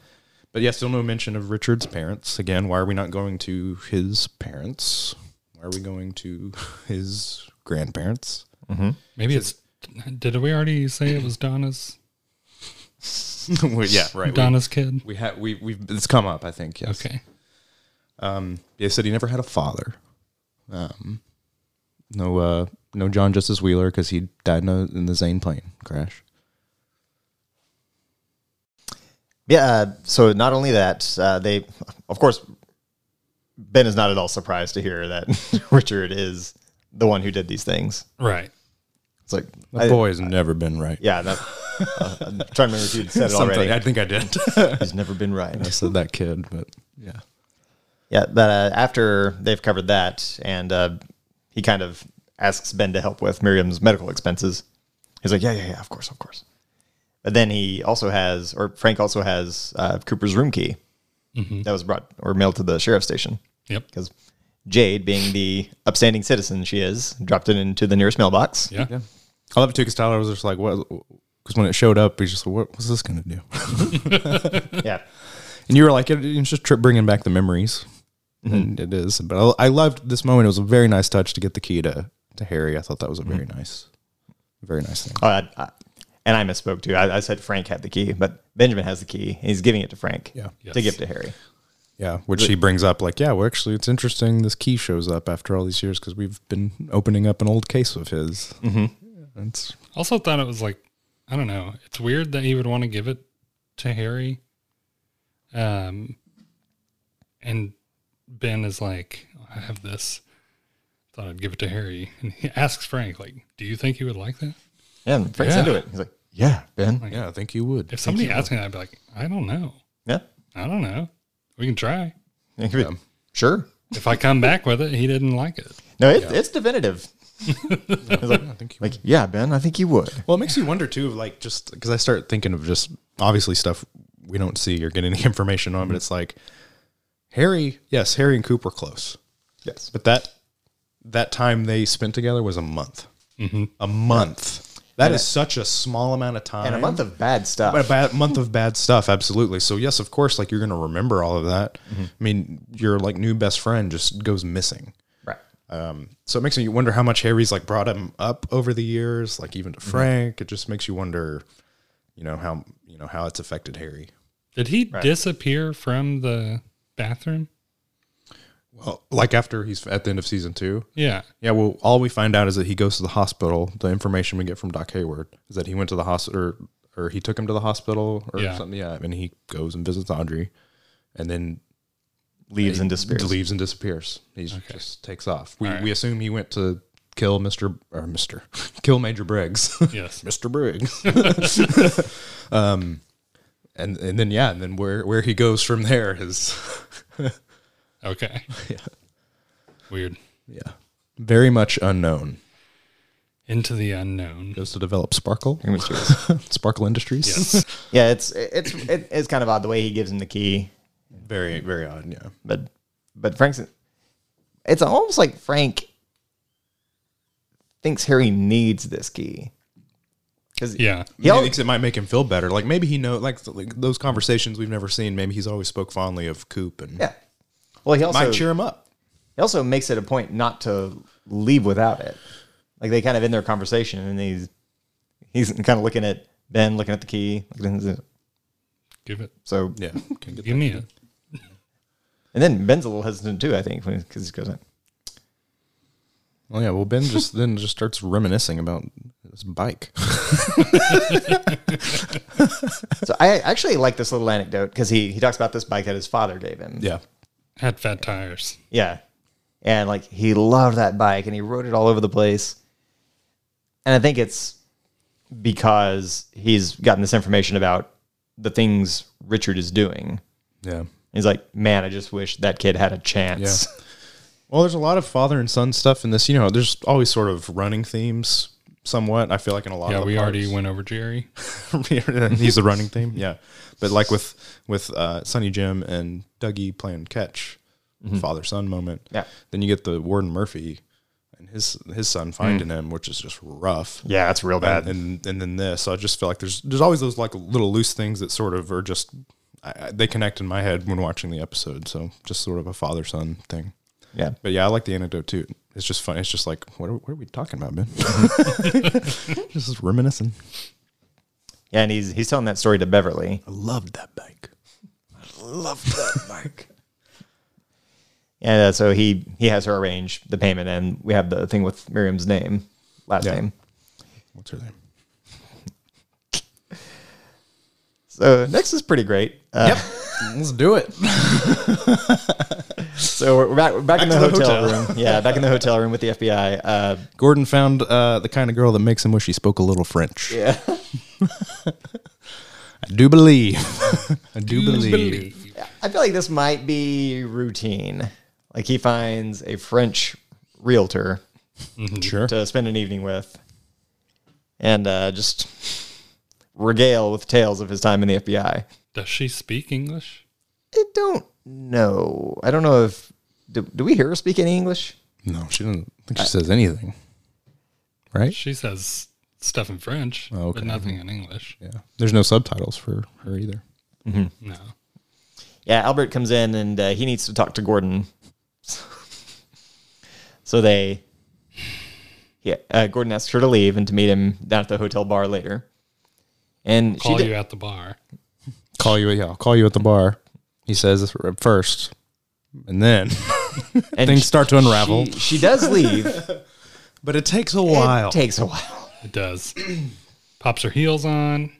S1: But yeah, still no mention of Richard's parents. Again, why are we not going to his parents? Why are we going to [laughs] his grandparents? [laughs]
S2: Maybe it's. Did we already say it was Donna's
S1: Well, yeah, right.
S2: Donna's kid?
S1: We, we had we we've it's come up, I think. Yes.
S2: Okay.
S1: They said he never had a father. Um, no, uh, no John Justice Wheeler because he died in, a, in the Zane plane crash.
S3: Yeah. Uh, so not only that, uh, they, of course, Ben is not at all surprised to hear that [laughs] Richard is the one who did these things.
S2: Right.
S3: It's like,
S1: The
S3: I-
S1: boy has never been right.
S3: yeah, that, uh, I'm trying to remember if you said it
S1: [laughs] Something-
S3: already.
S1: I think I did.
S3: He's never been right.
S1: I said that kid, but yeah.
S3: Yeah, but uh, after they've covered that, and uh, he kind of asks Ben to help with Miriam's medical expenses, he's like, "Yeah, yeah, yeah, of course, of course." But then he also has, or Frank also has uh, Cooper's room key
S1: Mm-hmm.
S3: that was brought or mailed to the sheriff's station
S2: Yep.
S3: because Jade, being the upstanding citizen she is, dropped it into the nearest mailbox.
S2: Yeah.
S1: I love it too because Tyler was just like, what? Because when it showed up, he's just like, what was this going to do?
S3: Yeah.
S1: And you were like, it, it's just tri- bringing back the memories. And it is. But I, I loved this moment. It was a very nice touch to get the key to, to Harry. I thought that was a very nice, very nice thing.
S3: Oh, I, I, and I misspoke too. I, I said Frank had the key, but Benjamin has the key. And he's giving it to Frank
S1: Yeah.
S3: to
S2: Yes.
S3: give to Harry.
S1: Yeah. Which he brings up like, yeah, well, actually, it's interesting this key shows up after all these years because we've been opening up an old case of his. Mm-hmm. It's,
S2: Also thought it was like, I don't know. It's weird that he would want to give it to Harry. Um, and Ben is like, I have this. Thought I'd give it to Harry, and he asks Frank, like, "Do you think he would like that?"
S3: Yeah, and Frank's
S2: Yeah.
S3: into it. He's like, Yeah, Ben.
S1: yeah, I think he would.
S2: If somebody asked me that, I'd be like, "I don't know.
S3: yeah.
S2: I don't know. We can try."
S3: And he'd be, Sure.
S2: If I come back with it, he didn't like it.
S3: No, it, it's definitive. He's like,
S1: I think he
S3: like, yeah, Ben, I think you would.
S1: Well, it makes you wonder too, of like just because I start thinking of just obviously stuff we don't see or get any [laughs] information on, but it's like Harry, yes, Harry and Coop were close,
S3: Yes.
S1: but that that time they spent together was a month,
S3: Mm-hmm.
S1: a month. That is such a small amount of time
S3: And a month of bad stuff.
S1: a bad month of bad stuff absolutely so yes of course like you're gonna remember all of that
S3: Mm-hmm.
S1: i mean your like new best friend just goes missing
S3: right.
S1: so it makes me wonder how much Harry's like brought him up over the years, like even to Frank. It just makes you wonder, you know how you know how it's affected Harry.
S2: Did he disappear from the bathroom?
S1: Well, like after he's at the end of season two.
S2: Yeah.
S1: Yeah, well, all we find out is that he goes to the hospital. The information we get from Doc Hayward is that he went to the hospital, or, or he took him to the hospital, or
S2: Yeah.
S1: something. Yeah, and he goes and visits Audrey, and then
S3: Leaves and disappears.
S1: leaves and disappears. He just takes off. We
S2: All right.
S1: we assume he went to kill Mister or Mister [laughs] kill Major Briggs. [laughs]
S2: Yes.
S1: Mr. Briggs. [laughs] um, and and then yeah, and then where where he goes from there is
S2: Okay. yeah. Weird.
S1: yeah, very much unknown.
S2: Into the unknown.
S1: Goes to develop Sparkle,
S3: Give me cheers.
S1: [laughs] Sparkle Industries.
S2: Yes.
S3: yeah, it's it's it, it's kind of odd the way he gives him the key,
S1: [laughs] very very odd. Yeah,
S3: but but Frank's it's almost like Frank thinks Harry needs this key. Cuz
S2: yeah.
S1: he
S3: al-
S1: thinks it might make him feel better. Like maybe he know like, like those conversations we've never seen. Maybe he's always spoke fondly of Coop and
S3: yeah. Well, he also
S1: might cheer him up.
S3: he also makes it a point not to leave without it. Like they kind of end their conversation, and he's he's kind of looking at Ben, looking at the key, looking at his,
S2: Give it.
S3: so
S1: Yeah, can get
S2: Give me it.
S3: and then Ben's a little hesitant too. I think because he goes, like,
S1: Well, yeah. Well, Ben just then just starts reminiscing about his bike.
S3: so I actually like this little anecdote because he he talks about this bike that his father gave him.
S1: yeah,
S2: Had fat tires.
S3: Yeah. And like he loved that bike and he rode it all over the place. And I think it's because he's gotten this information about the things Richard is doing.
S1: [laughs] yeah.
S3: He's like, man, I just wish that kid had a chance.
S1: Well, there's a lot of father and son stuff in this. You know, there's always sort of running themes, somewhat. I feel like in a lot
S2: Yeah,
S1: of the
S2: we already
S1: parts.
S2: went over Jerry.
S1: [laughs] He's the running theme, yeah. But like with with uh, Sonny Jim and Dougie playing catch, father son moment.
S3: Yeah.
S1: Then you get the Warden Murphy and his his son finding him, which is just rough.
S3: [laughs] Yeah, that's real
S1: And, and and then this, I just feel like there's there's always those like little loose things that sort of are just I, I- they connect in my head when watching the episode. So just sort of a father son thing.
S3: yeah.
S1: But yeah, I like the anecdote too. It's just fun. It's just like, what are, what are we
S3: [laughs]
S1: talking about, Ben? just reminiscing.
S3: Yeah, and he's he's telling that story to Beverly.
S1: I loved that bike. [laughs]
S3: And uh, so he he has her arrange the payment and we have the thing with Miriam's name, last
S1: Yeah.
S3: name.
S1: What's her name?
S3: So next is pretty great. Uh,
S1: Let's do it.
S3: So we're we're back, we're back, in the,
S1: to the
S3: hotel, [laughs] room. Yeah, back in the hotel room with the FBI. Uh,
S1: Gordon found uh, the kind of girl that makes him wish he spoke a little French.
S3: yeah.
S1: [laughs] I do believe. [laughs] I do, believe.
S3: I feel like this might be routine. Like he finds a French realtor
S1: Sure.
S3: to spend an evening with, and uh, just regale with tales of his time in the FBI.
S2: Does she speak English?
S3: I don't know. I don't know if do, do we hear her speak any English?
S1: No, she doesn't I think she says anything. Right?
S2: She says stuff in French,
S1: okay.
S2: but nothing in English.
S1: Yeah. There's no subtitles for her either.
S2: No.
S3: Yeah, Albert comes in and uh, he needs to talk to Gordon. so they, yeah, uh, Gordon asks her to leave and to meet him down at the hotel bar later. And she
S2: Call
S3: did-
S2: you at the bar.
S1: Call you yeah, I'll call you at the bar. He says this at first. And then [laughs]
S3: and
S1: things
S3: she-
S1: start to unravel.
S3: She, she does
S2: [laughs]
S3: leave.
S1: But it takes a while.
S3: It takes a while.
S2: It does. [clears throat] Pops her heels on.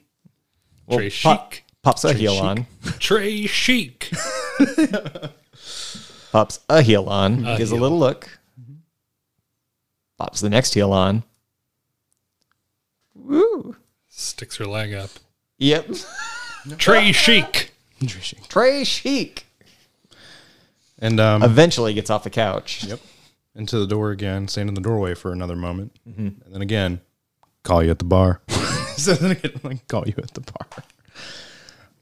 S3: Well,
S2: Trey
S3: pop-
S2: chic.
S3: pops a heel on.
S2: Trey chic.
S3: Pops a heel on.
S2: A
S3: gives a
S2: heel.
S3: little look. Pops the next heel on. Woo.
S2: Sticks her leg up.
S3: Yep. [laughs]
S2: Trey chic.
S1: Interesting.
S3: Trey Chic
S1: And um
S3: eventually gets off the couch.
S1: Yep. into the door again, stand in the doorway for another moment,
S3: Mm-hmm.
S1: and then again, call you at the bar. [laughs] so then again, like, call you at the bar.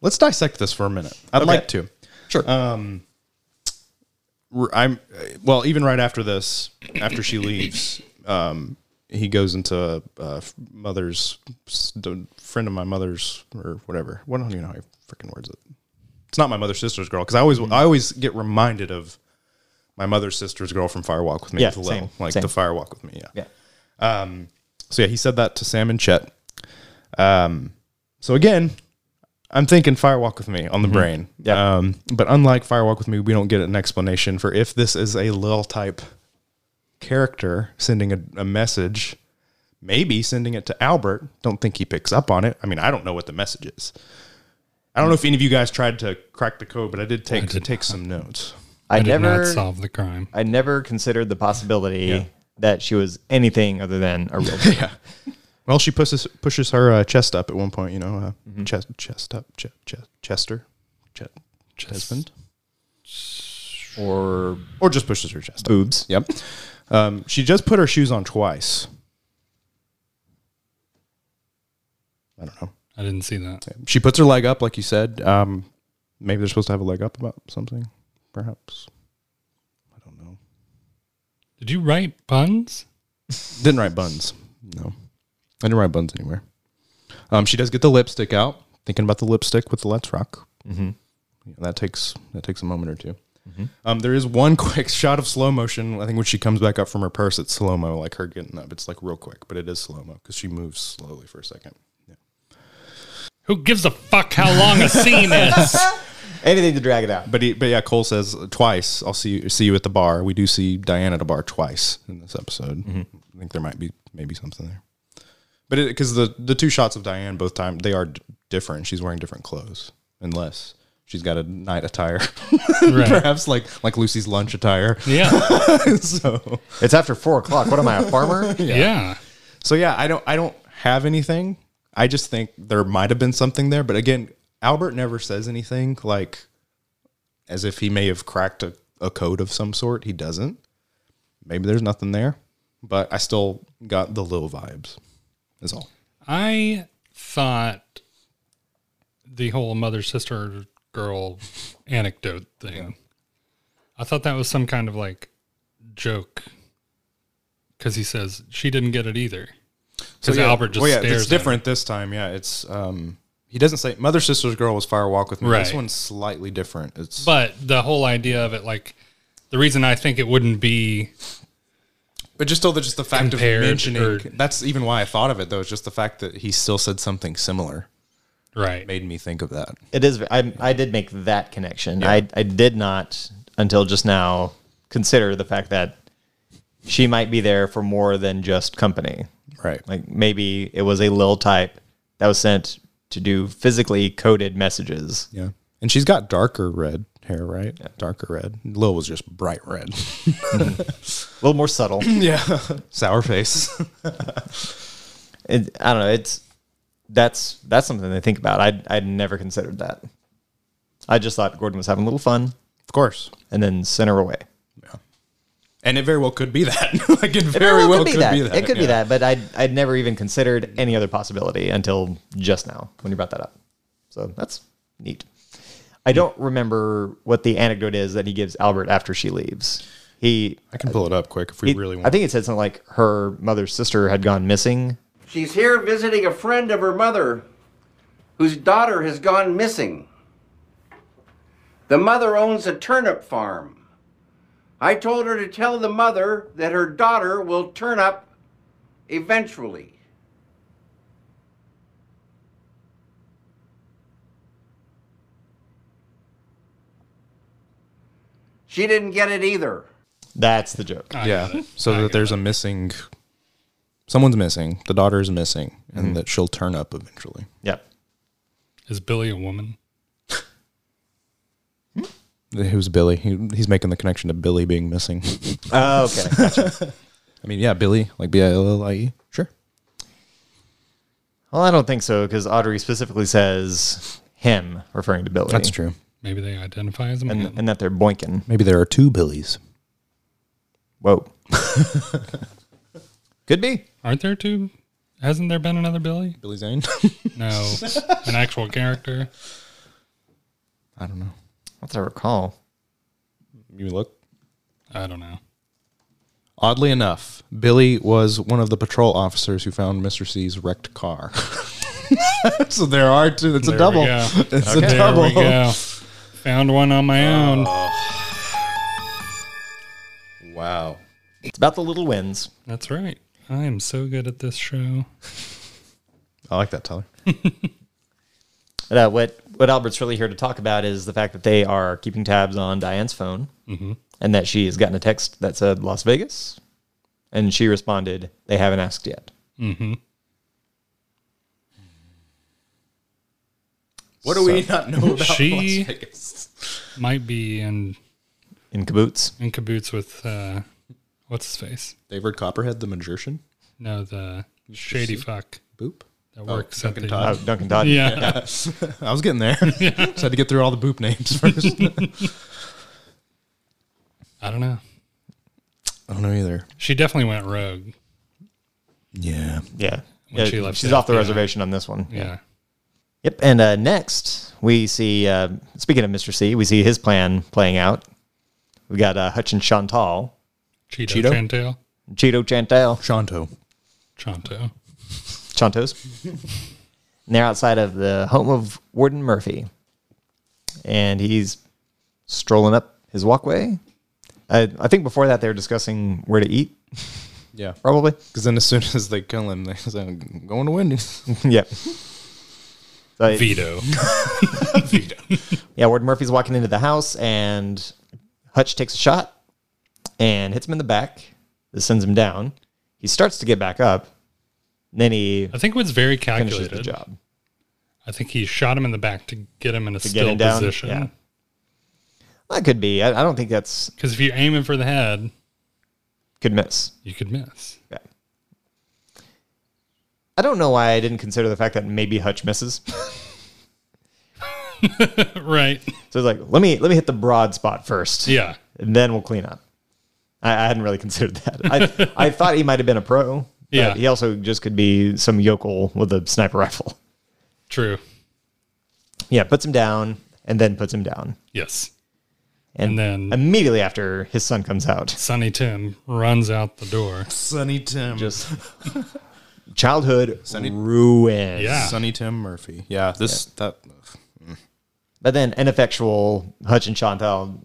S1: Let's dissect this for a minute. I'd like to.
S3: Sure.
S2: Uh,
S1: R- I'm well, even right after this, after she leaves, um, he goes into uh, mother's the friend of my mother's or whatever. What I don't even know how he freaking words it. It's not my mother's sister's girl because I always I always get reminded of my mother's sister's girl from Firewalk with me.
S3: Yeah,
S1: with Lil,
S3: same,
S1: like
S3: same.
S1: the Firewalk with me. Yeah.
S3: yeah.
S1: Um, So yeah, he said that to Sam and Chet. Um, so again, I'm thinking Firewalk with Me on the brain.
S3: Yeah.
S1: Um, but unlike Firewalk with Me, we don't get an explanation for if this is a Lil type character sending a, a message, maybe sending it to Albert. Don't think he picks up on it. I mean, I don't know what the message is. I don't know if any of you guys tried to crack the code, but I did take take some notes.
S3: I,
S2: I, did
S3: never
S2: not solve the crime.
S3: I never considered the possibility that she was anything other than
S2: [laughs]
S3: a real
S1: Yeah. Well, she pushes pushes her uh, chest up at one point. You know, uh, chest chest up, chest chest Chester, chest, Desmond,
S3: or
S1: or just pushes her chest. Up.
S3: boobs.
S1: Yep. Um, she just put her shoes on twice. I don't know.
S2: I didn't see that.
S1: She puts her leg up, like you said. Um, maybe they're supposed to have a leg up about something, perhaps. I don't know.
S2: Did you write puns?
S1: Didn't write buns. No, I didn't write buns anywhere. Um, she does get the lipstick out. Thinking about the lipstick with the Let's Rock. Mm-hmm. that takes that takes a moment or 2 Um, there is one [laughs] quick shot of slow motion. I think when she comes back up from her purse, it's slow mo, like her getting up. It's like real quick, but it is slow mo because she moves slowly for a second.
S2: Who gives a fuck how long a scene is?
S3: Anything to drag it out.
S1: But he, but yeah, Cole says twice. I'll see you, see you at the bar. We do see Diane at a bar twice in this episode.
S2: Mm-hmm.
S1: I think there might be maybe something there. But because the the two shots of Diane both time they are d- different. She's wearing different clothes, unless she's got a night attire, [laughs]
S2: Right.
S1: perhaps like like Lucy's lunch attire.
S2: Yeah.
S1: [laughs] so
S3: It's after four o'clock. What am I, a farmer?
S2: [laughs] Yeah.
S1: so yeah, I don't I don't have anything. I just think there might have been something there. But again, Albert never says anything like as if he may have cracked a, a code of some sort. He doesn't. Maybe there's nothing there. But I still got the little vibes. Is all.
S2: I thought the whole mother sister girl anecdote thing. I thought that was some kind of like joke because he says she didn't get it either. Because
S1: yeah.
S2: Albert just
S1: Well, yeah,
S2: stares.
S1: it's different this time. Yeah, it's um he doesn't say Mother Sister's Girl was Firewalk with me. This
S2: Right.
S1: one's slightly different. It's
S2: But the whole idea of it, like the reason I think it wouldn't be
S1: But just still, the- just the fact of
S2: Compared
S1: mentioning
S2: or-
S1: that's even why I thought of it though. It's just the fact that he still said something similar
S2: right.
S1: made me think of that.
S3: It is. I, I did make that connection. I, I did not until just now consider the fact that she might be there for more than just company.
S1: Right.
S3: Like maybe it was a lil type that was sent to do physically coded messages.
S1: yeah. And she's got darker red hair, right? Darker red. Lil was just bright red.
S3: A little more subtle.
S1: yeah. [laughs] Sour face.
S3: it, I don't know. It's that's that's something to think about. I I'd never considered that. I just thought Gordon was having a little fun
S1: of course.
S3: and then sent her away.
S1: Yeah. [laughs] And it very well could be that. [laughs] like it very well could be that.
S3: It could
S1: yeah.
S3: be that, but I'd, I'd never even considered any other possibility until just now when you brought that up. So that's neat. I don't remember what the anecdote is that he gives Albert after she leaves. He,
S1: I can pull it up quick if we
S3: he-
S1: really want.
S3: I think it said something like her mother's sister had gone missing.
S7: She's here visiting a friend of her mother whose daughter has gone missing. The mother owns a turnip farm. I told her to tell the mother that her daughter will turn up eventually. She didn't get it either.
S3: That's the joke.
S1: yeah. So that there's a missing someone's missing, the daughter is missing, and that she'll turn up eventually.
S3: Yep.
S2: Is Billy a woman?
S1: Who's Billy? He, he's making the connection to Billy being missing. [laughs]
S3: Oh, okay.
S1: I mean, yeah, Billy, like B I L L I E. Sure.
S3: Well, I don't think so because Audrey specifically says him, referring to Billy.
S1: That's true.
S2: Maybe they identify as a man.
S3: And, and that they're boinking.
S1: Maybe there are two Billys.
S3: Whoa. Could be.
S2: Aren't there two? Hasn't there been another Billy?
S1: Billy Zane? [laughs]
S2: No, an actual character.
S1: I don't know.
S3: What's I recall?
S1: You look.
S2: I don't know.
S1: Oddly enough, Billy was one of the patrol officers who found Mr. C's wrecked car. [laughs] so there are two. It's a
S2: There we
S1: double.
S2: go.
S1: It's a
S2: There
S1: double.
S2: we go. Found one on my own.
S1: Wow.
S3: It's about the little wins.
S2: That's right. I am so good at this show.
S1: I like that, Tyler.
S3: But, uh, what what Albert's really here to talk about is the fact that they are keeping tabs on Diane's phone,
S2: Mm-hmm.
S3: and that she has gotten a text that said Las Vegas, and she responded, "They haven't asked yet."
S1: What do we not [laughs] know [laughs] about
S2: She-
S1: Las Vegas?
S2: Might be in
S3: In cahoots,
S2: in cahoots with uh, what's his face?
S1: David Copperhead, the magician.
S2: No, the shady fuck
S1: Boop.
S2: that works at
S1: Duncan
S2: the
S1: Todd.
S3: oh, Duncan Todd.
S2: yeah.
S1: I was getting there. [laughs] Just had to get through all the boop names [laughs] first.
S2: [laughs] I don't know.
S1: I don't know either.
S2: She definitely went rogue.
S1: Yeah.
S3: yeah,
S2: When
S3: Yeah,
S2: she left
S3: she's
S2: it,
S3: off the
S2: yeah.
S3: reservation on this one.
S2: Yeah.
S3: Yep. And uh, next, we see, uh, speaking of Mr. C, we see his plan playing out. We got uh, Hutch and Chantal,
S2: Cheeto,
S1: Cheeto?
S2: Chantel.
S3: Cheeto Chantal,
S1: Shanto.
S2: Chanto.
S3: Chantos. and they're outside of the home of Warden Murphy. And he's strolling up his walkway. I, I think before that, they were discussing where to eat,
S1: Yeah.
S3: probably. [laughs]
S1: Because then as soon as they kill him, they say, I'm going to Wendy's.
S3: yep. So,
S1: [laughs]
S2: Vito. [laughs]
S3: Yeah, Ward Murphy's walking into the house and Hutch takes a shot and hits him in the back. This sends him down. He starts to get back up. And then he
S2: I think it was very
S3: finishes
S2: calculated.
S3: the job.
S2: I think he shot him in the back to get him in a
S3: get
S2: still
S3: him down, yeah.
S2: position.
S3: That could be. I, I don't think that's
S2: Because if you're aiming for the head,
S3: could miss.
S2: you could miss.
S3: Yeah. I don't know why I didn't consider the fact that maybe Hutch misses. [laughs] so
S1: [laughs]
S2: right.
S3: it's like, let me let me hit the broad spot first.
S2: Yeah.
S3: And then we'll clean up. I, I hadn't really [laughs] considered that. I
S2: [laughs]
S3: I thought he might have been a pro. but
S2: Yeah.
S3: He also just could be some yokel with a sniper rifle.
S2: True.
S3: Yeah, puts him down and then puts him down.
S2: Yes.
S3: And,
S2: And then-
S3: immediately after his son comes
S2: [laughs]
S3: out.
S2: Sonny Tim runs out the door.
S1: Sunny Tim.
S3: Just [laughs] childhood ruins.
S2: Yeah.
S1: Sunny Tim Murphy. Yeah. This, that.
S3: But then ineffectual Hutch and Chantal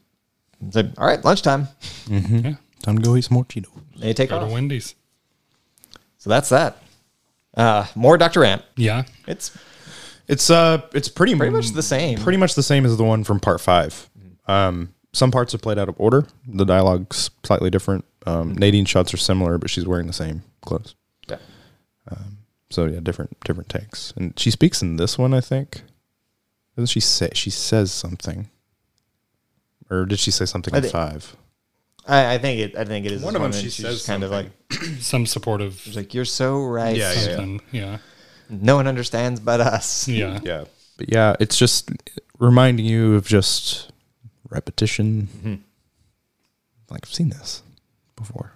S3: say, All right, lunchtime.
S2: Mm-hmm.
S1: Time to go eat some more Cheeto.
S3: They take
S1: Oh.
S2: Go to
S3: off.
S2: Wendy's.
S3: So that's that. Uh, more Dr. Amp.
S2: Yeah.
S3: It's
S1: It's, uh, it's pretty,
S3: pretty much the same. Mm-hmm.
S1: pretty much the same as the one from part five. Um, some parts are played out of order. The dialogue's slightly different. Um, Nadine's shots are similar, but she's wearing the same clothes.
S3: Mm-hmm.
S1: Um,
S3: Yeah.
S1: So yeah, different different takes. And she speaks in this one, I think. Doesn't she say she says something? Or did she say something
S3: I
S1: in
S3: thi-
S1: five?
S3: I, I think it. I think it is.
S1: One
S3: this
S1: of them
S3: and
S1: she
S3: she's
S1: says
S3: just kind of like,
S1: something.
S2: Some supportive
S3: she's like, you're so right.
S1: Yeah, yeah.
S2: something. Yeah.
S3: No one understands but us.
S2: Yeah.
S1: Yeah. But yeah, it's just reminding
S3: Mm-hmm.
S1: you of just repetition. Like I've seen this. before.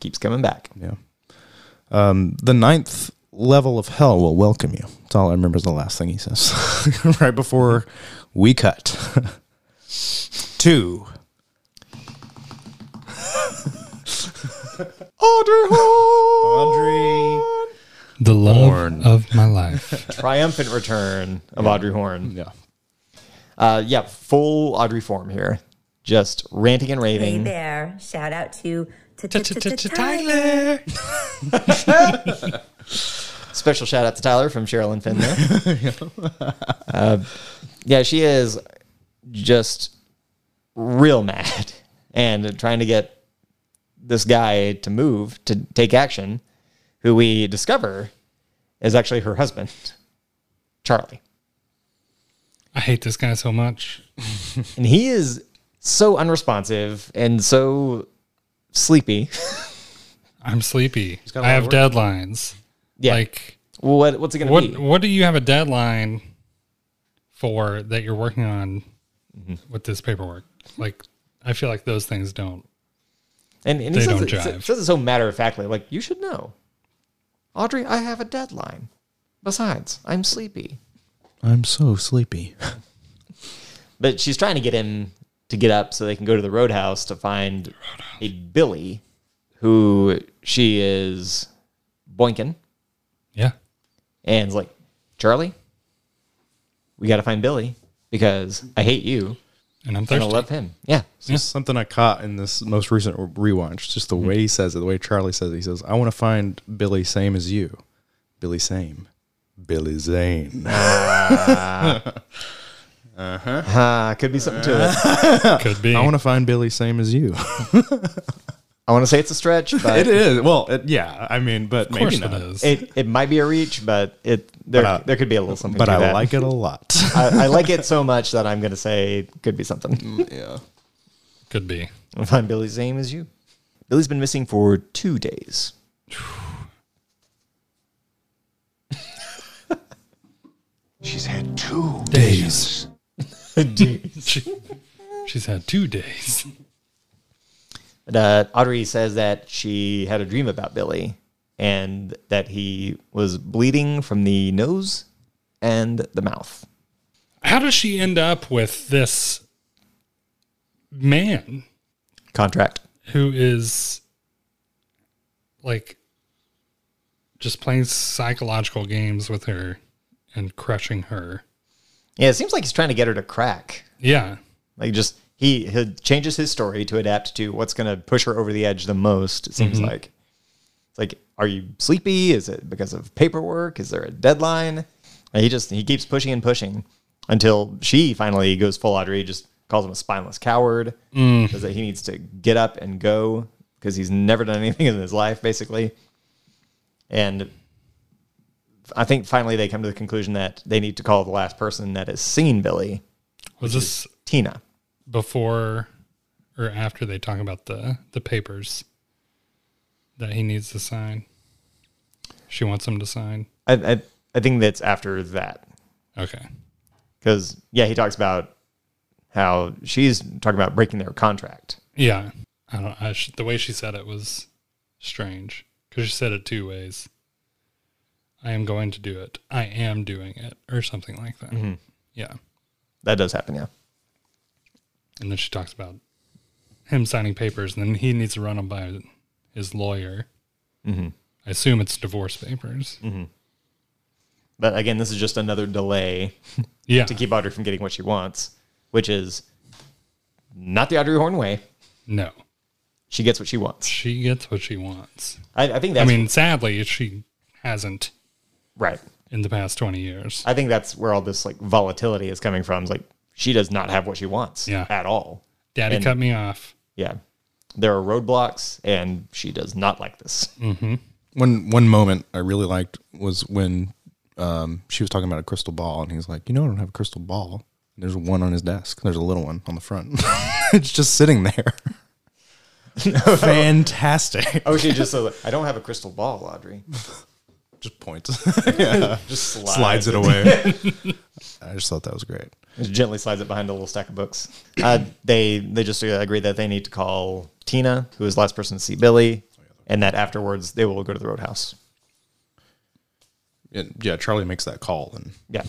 S3: Keeps coming back.
S1: Yeah. Um, the ninth level of hell will welcome you. That's all I remember is the last thing he says [laughs] right before we cut. [laughs] Two.
S3: Audrey
S2: The love of my [laughs] life.
S3: triumphant return of Audrey Horn.
S1: Yeah.
S3: Uh, yeah, full Audrey form here, just ranting and
S8: Hey
S3: raving.
S8: there. Shout out to
S2: Tyler.
S3: Special shout out to Tyler from Cheryl and Finn. There.
S2: [laughs]
S3: Uh, yeah, she is just real mad [laughs] and trying to get this guy to move to take action, who we discover is actually her husband, Charlie.
S2: I hate this guy so much.
S3: And he is so unresponsive and so sleepy. [laughs]
S2: I'm sleepy. I
S1: got a lot
S2: have
S1: of
S2: deadlines.
S3: Yeah.
S2: Like
S3: what, what's it going to
S2: what
S3: be?
S2: what do you have a deadline for that you're working on
S1: Mm-hmm.
S2: with this paperwork? Like I feel like those things don't.
S3: And, and
S2: They
S3: he says,
S2: don't
S3: it,
S2: jive.
S3: says it so matter of factly, like, you should know. Audrey, I have a deadline. Besides, I'm sleepy.
S1: I'm so sleepy.
S3: But she's trying to get him to get up so they can go to the roadhouse to find a Billy who she is boinking
S2: Yeah.
S3: and is like, Charlie, we got to find Billy because I hate you
S2: And I'm
S3: and I
S2: thirsty.
S3: love him. Yeah.
S1: It's just something I caught in this most recent re- rewatch. It's Just the way he says it, the way Charlie says it. He says, I want to find Billy same as you. Billy same. Billy Zane.
S3: Uh, could be something to it.
S2: Could be.
S1: I want to find Billy same as you.
S3: I want to say it's a
S1: [laughs]
S3: stretch, but
S1: it
S3: it,
S1: is. Well, it, yeah. I mean, but
S2: of course
S1: maybe
S2: it
S1: not.
S2: is.
S3: it, might be a reach, but it there
S1: But I-
S3: there could be a little something.
S1: But
S3: to
S1: I
S3: that.
S1: like it
S2: [laughs]
S1: a lot.
S3: I, I like it so much that I'm going to say it could be something. [laughs]
S2: Could be.
S3: If I'm Billy's name is you. Billy's been missing for two days.
S5: She's had two
S2: Days. [laughs]
S3: but
S2: She- she's had two days.
S3: uh, Audrey says that she had a dream about Billy and that he was bleeding from the nose and the mouth.
S2: How does she end up with this man
S3: Contract.
S2: who is like just playing psychological games with her and crushing her?
S3: Yeah, it seems like he's trying to get her to crack.
S2: Yeah.
S3: Like just he, he changes his story to adapt to what's going to push her over the edge the most. It seems like it's like, are you sleepy? Is it because of paperwork? Is there a deadline? And he just he keeps pushing and pushing until she finally goes full Audrey. Just calls him a spineless coward. Says that he needs to get up and go because he's never done anything [laughs] in his life basically. And I think finally they come to the conclusion that they need to call the last person that has seen Billy,
S2: Was this
S3: Tina.
S2: before or after they talk about the the papers that he needs to sign? She wants him to sign.
S3: I, I, I think that's after that
S2: Okay.
S3: because yeah, he talks about how she's talking about breaking their contract.
S2: Yeah. I don't I sh- the way she said it was strange cuz she said it two ways. I am going to do it. I am doing it or something like that.
S3: Mm-hmm.
S2: Yeah.
S3: That does happen, yeah.
S2: And then she talks about him signing papers and then he needs to run them by his lawyer.
S3: Mm-hmm.
S2: I assume it's divorce papers.
S3: But again, this is just another delay
S2: Yeah.
S3: to keep Audrey from getting what she wants, which is not the Audrey Horn way.
S2: no.
S3: She gets what she wants.
S2: She gets what she wants.
S3: I, I think that's
S2: I mean, sadly, she hasn't
S3: right.
S2: in the past 20 years.
S3: I think that's where all this like volatility is coming from. It's like she does not have what she wants
S2: Yeah.
S3: at all.
S2: Daddy
S3: and-
S2: cut me off.
S3: Yeah. There are roadblocks, and she does not like this.
S1: one one moment I really liked was when um, she was talking about a crystal ball, and he's like, "You know, I don't have a crystal ball." And there's one on his desk. There's a little one on the front. [laughs] it's just
S2: [laughs]
S1: sitting there. Fantastic.
S3: Oh, she just says, I don't have a crystal ball, Audrey.
S1: [laughs] Just points. [laughs] yeah. Just slides it away. [laughs]
S2: [laughs]
S1: I just thought that was great.
S3: Just gently slides it behind a little stack of books. Uh, they they just uh, agree that they need to call Tina, who is the last person to see Billy, and that afterwards they will go to the roadhouse.
S1: And yeah, Charlie makes that call and
S3: Yeah.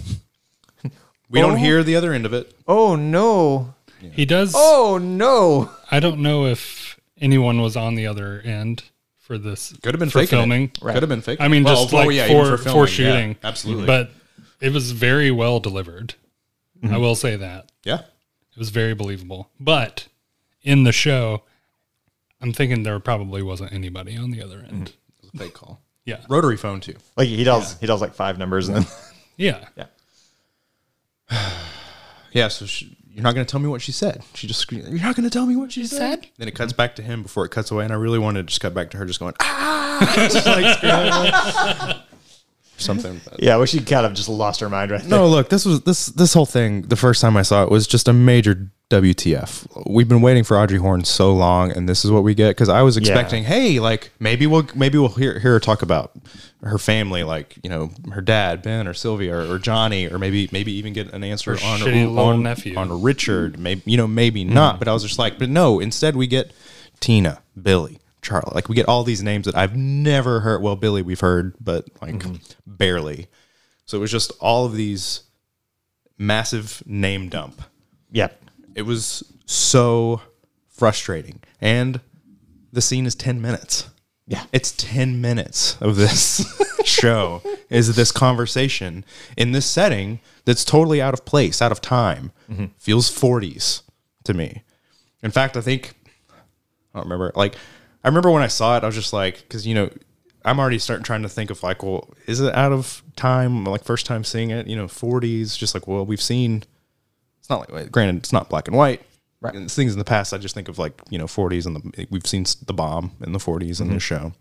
S1: we
S2: Oh.
S1: don't hear the other end of it.
S3: Oh no!
S2: He does.
S3: Oh no!
S2: I don't know if anyone was on the other end for this.
S1: Could have been
S2: for
S1: faking it.
S2: filming.
S1: Right. Could have been faking
S2: I mean,
S1: it. Well,
S2: just
S1: well,
S2: like
S1: yeah, even
S2: for, for,
S1: for filming, yeah,
S2: shooting.
S1: absolutely.
S2: But it was very well delivered. I will say that.
S1: Yeah.
S2: It was very believable. But in the show, I'm thinking there probably wasn't anybody on the other end.
S1: It was a fake call.
S2: Yeah.
S1: Rotary phone too.
S3: Like he does, he does like five numbers, and then
S2: Yeah.
S3: yeah,
S1: Yeah, so she, you're not going to tell me what she said. She just screamed, You're not going to tell me what she said? Then it cuts back to him before it cuts away. And I really wanted to just cut back to her just going, ah, [laughs] just like screaming. [laughs] Something.
S3: [laughs] yeah. Well, she kind of just lost her mind right now.
S1: No, look, this was this this whole thing. The first time I saw it was just a major WTF. We've been waiting for Audrey Horn so long, and this is what we get. Because I was expecting, hey, like maybe we'll maybe we'll hear hear her talk about her family, like you know her dad Ben or Sylvia or, or Johnny, or maybe maybe even get an answer on
S2: shitty little
S1: on,
S2: Mm.
S1: on
S2: nephew.
S1: Richard. Maybe you know maybe not. But I was just like, but no. Instead, we get Tina, Billy. Charlie, like we get all these names that I've never heard. Well, Billy, we've heard, but like
S2: Mm-hmm.
S1: barely. So it was just all of these massive name dump.
S3: Yeah,
S1: It was so frustrating. And the scene is 10 minutes.
S3: Yeah.
S1: It's 10 minutes of this [laughs] show is this conversation in this setting that's totally out of place, out of time. Feels 40s to me. In fact, I think I don't remember. Like, I remember when I saw it, I was just like, because you know, I'm already starting trying to think of like, well, is it out of time? Like first time seeing it, you know, 40s. Just like, well, we've seen. It's not like, granted, it's not black and white. Right. And things in the past, I just think of like you know, 40s and the we've seen the bomb in the 40s in the show,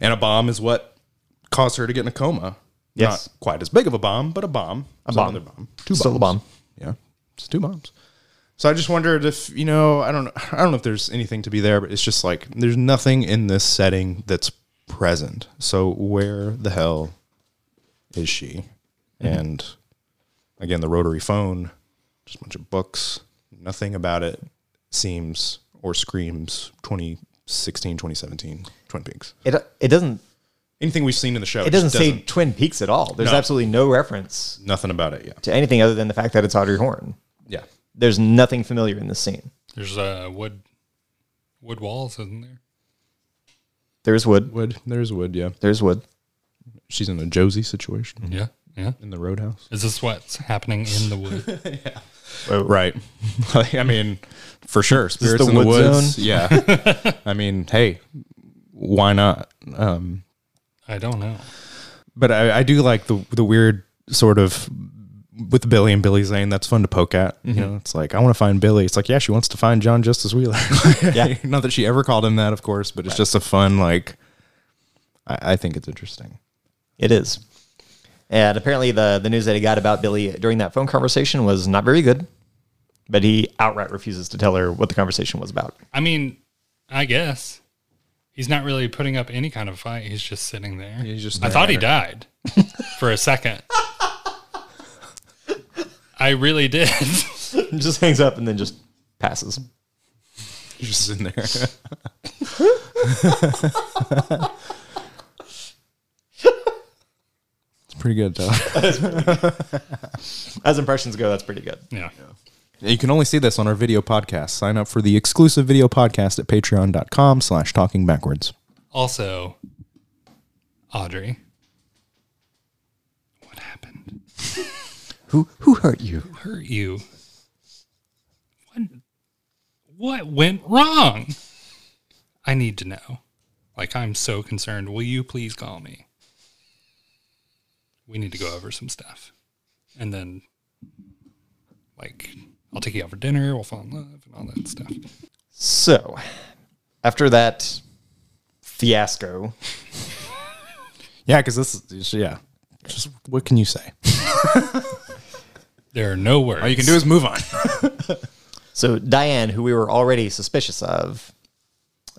S1: and a bomb is what caused her to get in a coma.
S3: Yes.
S1: Not quite as big of a bomb, but a bomb. A
S3: bomb.
S1: Another bomb. Two
S3: still a bomb.
S1: yeah, it's two bombs. So I just wondered if you know I don't know I don't know if there's anything to be there, but it's just like there's nothing in this setting that's present. So where the hell is she?
S3: Mm-hmm.
S1: And again, the rotary phone, just a bunch of books. Nothing about it seems or screams 2016, 2017 Twin Peaks.
S3: It it doesn't
S1: Anything we've seen in the show,
S3: it
S1: just
S3: doesn't say Twin Peaks at all. There's
S1: No.
S3: absolutely no reference
S1: nothing about it. Yeah,
S3: to anything other than the fact that it's Audrey Horn.
S1: yeah.
S3: There's nothing familiar in this scene.
S2: There's uh, wood wood walls, isn't there?
S3: There's wood.
S1: Wood, there's Wood. Yeah,
S3: There's wood.
S1: she's in a Josie situation
S3: Mm-hmm.
S2: Yeah. Yeah.
S1: in the Roadhouse.
S2: Is this what's happening in the
S1: [laughs]
S2: wood?
S1: Right. [laughs] I mean, for sure. Spirits
S3: the
S1: in the
S3: wood
S1: woods.
S3: zone?
S1: Yeah.
S3: [laughs]
S1: I mean, hey, why not? Um,
S2: I don't know.
S1: but I, I do like the the weird sort of with Billy and Billy Zane. That's fun to poke at.
S3: Mm-hmm.
S1: You know, it's like I want to find Billy. It's like yeah, she wants to find John Justice Wheeler. [laughs]
S3: Yeah.
S1: Not that she ever called him that, of course, but it's just a fun like. I, I think it's interesting.
S3: It is. And apparently, the, the news that he got about Billy during that phone conversation was not very good, but he outright refuses to tell her what the conversation was about. [laughs]
S2: I mean, I guess he's not really putting up any kind of fight. He's just sitting there. He's
S1: just
S2: I thought he died for a second. I really did. [laughs]
S3: just hangs up and then just passes.
S1: He's just in there. it's pretty good, though.
S3: As impressions go, that's pretty good.
S2: yeah.
S1: You can only see this on our video podcast. Sign up for the exclusive video podcast at patreon.com slash talking backwards.
S2: Also, Audrey, what happened?
S3: Who, who hurt you?
S2: Who hurt you? What? What went wrong? I need to know. Like, I'm so concerned. Will you please call me? We need to go over some stuff, and then, like, I'll take you out for dinner. We'll fall in love and all that stuff.
S3: So, after that fiasco,
S1: Yeah, because this is, yeah. Just what can you say?
S2: There are no words.
S1: All you can do is move on. [laughs]
S3: so Diane, who we were already suspicious of,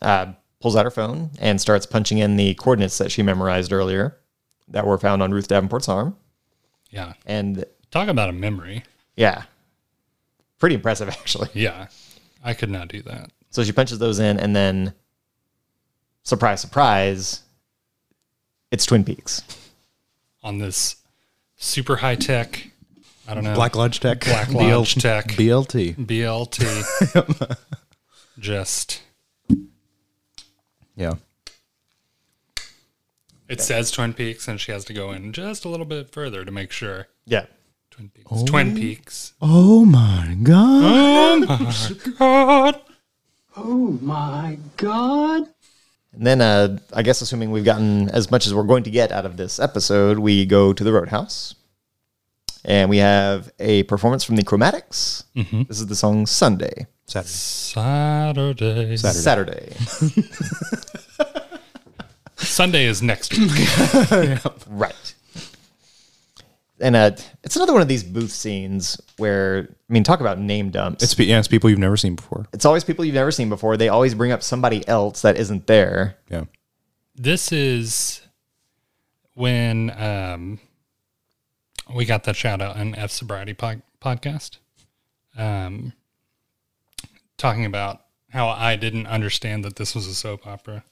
S3: uh, pulls out her phone and starts punching in the coordinates that she memorized earlier, that were found on Ruth Davenport's arm.
S2: Yeah.
S3: And
S2: Talk about a memory.
S3: yeah, pretty impressive [laughs] actually.
S2: Yeah. I could not do that.
S3: So she punches those in, and then surprise, surprise, it's Twin Peaks.
S2: On this super high tech, I don't know.
S1: Black Lodge Tech.
S2: Black Lodge Tech.
S1: BLT.
S2: BLT. Just
S1: Yeah.
S2: it says Twin Peaks and she has to go in just a little bit further to make sure.
S3: Yeah.
S2: Twin Peaks. Twin Peaks.
S1: Oh my God.
S2: God.
S3: And then, uh, I guess, assuming we've gotten as much as we're going to get out of this episode, we go to the Roadhouse. And we have a performance from the Chromatics. This is the song Sunday,
S2: Saturday.
S3: Saturday.
S2: Sunday is next week.
S3: right. And uh, it's another one of these booth scenes where, I mean, talk about name dumps.
S1: It's, pe- yeah, it's people you've never seen before.
S3: it's always people you've never seen before. They always bring up somebody else that isn't there.
S1: Yeah.
S2: this is when um, we got that shout out on F Sobriety pod- podcast, um, talking about how I didn't understand that this was a soap opera.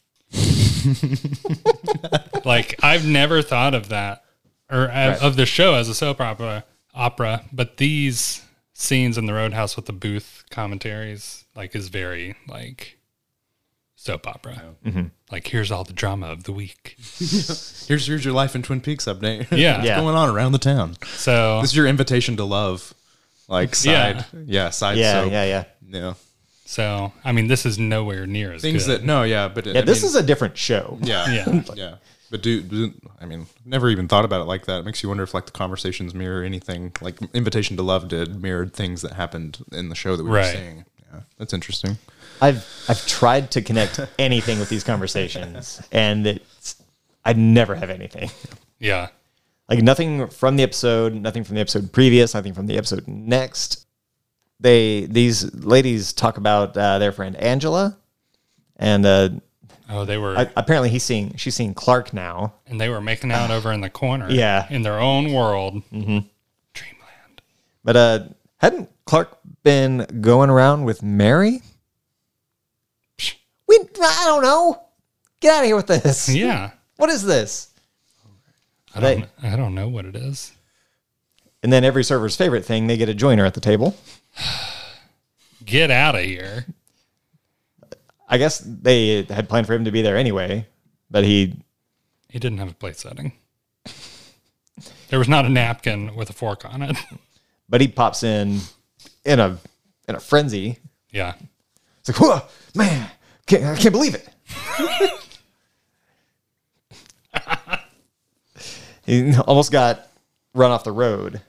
S2: [laughs] like I've never thought of that or of- of the show as a soap opera. Opera, but these scenes in the Roadhouse with the booth commentaries, like, is very like soap opera like here's all the drama of the week.
S1: Here's, here's your life in Twin Peaks update.
S2: Yeah.
S1: What's
S3: Yeah.
S1: going on around the town?
S2: So
S1: This is your invitation to love. Like side. Yeah, side
S3: Yeah,
S1: soap.
S3: yeah, yeah.
S1: Yeah.
S2: so I mean this is nowhere near as
S1: Things
S2: good.
S1: that, no, yeah, but
S3: Yeah, this is a different show.
S1: [laughs] Yeah.
S2: Yeah.
S1: yeah. But do, do I mean never even thought about it like that. It makes you wonder if like the conversations mirror anything like Invitation to Love did mirrored things that happened in the show that we were
S2: Right.
S1: seeing. Yeah. That's interesting.
S3: I've I've tried to connect anything with these conversations, and it's, I never have anything.
S2: yeah.
S3: Like nothing from the episode, nothing from the episode previous, nothing from the episode next. They these ladies talk about uh, their friend Angela, and uh,
S2: Oh, they were
S3: I, apparently he's seeing she's seeing Clark now.
S2: and they were making out over in the corner.
S3: Yeah.
S2: In their own world. Mm-hmm. Dreamland.
S3: But uh, hadn't Clark been going around with Mary? Psh, We I don't know. Get out of here with
S2: [laughs]
S3: this.
S2: Yeah.
S3: What is this?
S2: I don't I don't know what it is.
S3: And then every server's favorite thing, they get a joiner at the table.
S2: Get out of here.
S3: I guess they had planned for him to be there anyway, but he
S2: He didn't have a plate setting. There was not a napkin with a fork on it.
S3: but he pops in in a in a frenzy.
S2: Yeah.
S3: It's like, whoa, man, can't, I can't believe it. [laughs] he almost got run off the road.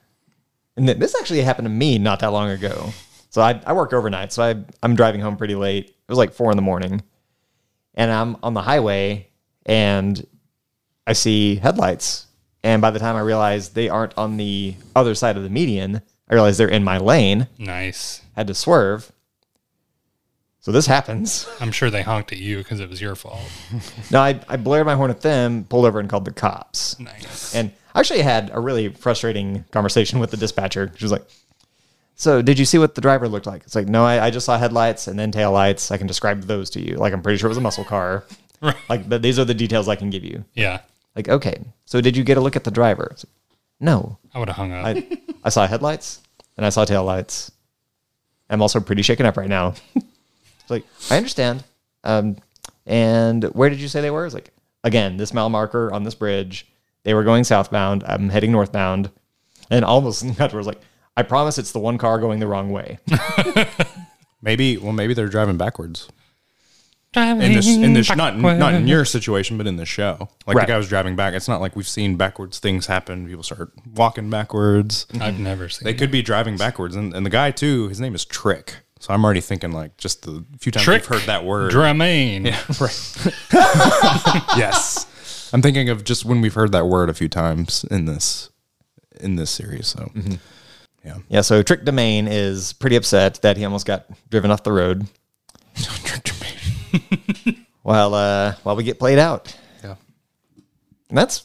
S3: And th- this actually happened to me not that long ago. So I, I work overnight. So I, I'm driving home pretty late. It was like four in the morning. And I'm on the highway and I see headlights. And by the time I realize they aren't on the other side of the median, I realize they're in my lane,
S2: Nice.
S3: had to swerve. So this
S2: [laughs]
S3: happens.
S2: I'm sure they honked at you because it was your fault.
S3: No, I, I blared my horn at them, pulled over, and called the cops.
S2: Nice.
S3: And I actually had a really frustrating conversation with the dispatcher. She was like, So, did you see what the driver looked like? It's like, No, I, I just saw headlights and then tail lights. I can describe those to you. Like, I'm pretty sure it was a muscle car.
S2: [laughs] Right.
S3: Like, but these are the details I can give you.
S2: Yeah.
S3: Like, okay, so did you get a look at the driver? It's like, no.
S2: I would have hung up.
S3: I, I saw headlights and I saw tail lights. I'm also pretty shaken up right now. It's like, I understand. Um, and where did you say they were? It's like, again, this mile marker on this bridge. They were going southbound. I'm heading northbound. And almost [laughs] got to where it's like, I promise it's the one car going the wrong way.
S1: Maybe well maybe they're driving backwards. In this in this [laughs] not in- not in your situation, but in the show. Like
S3: Right.
S1: the guy was driving back. It's not like we've seen backwards things happen. People start walking backwards.
S2: I've never seen
S1: They could be driving backwards. And, and the guy too, his name is Trick. So I'm already thinking like just the few times
S2: Trick.
S1: we've heard that word.
S2: Dramaine.
S1: [laughs] yes. I'm thinking of just when we've heard that word a few times in this in this series. So
S3: yeah, so Trick Domain is pretty upset that he almost got driven off the road while uh, while we get played out.
S1: Yeah.
S3: And that's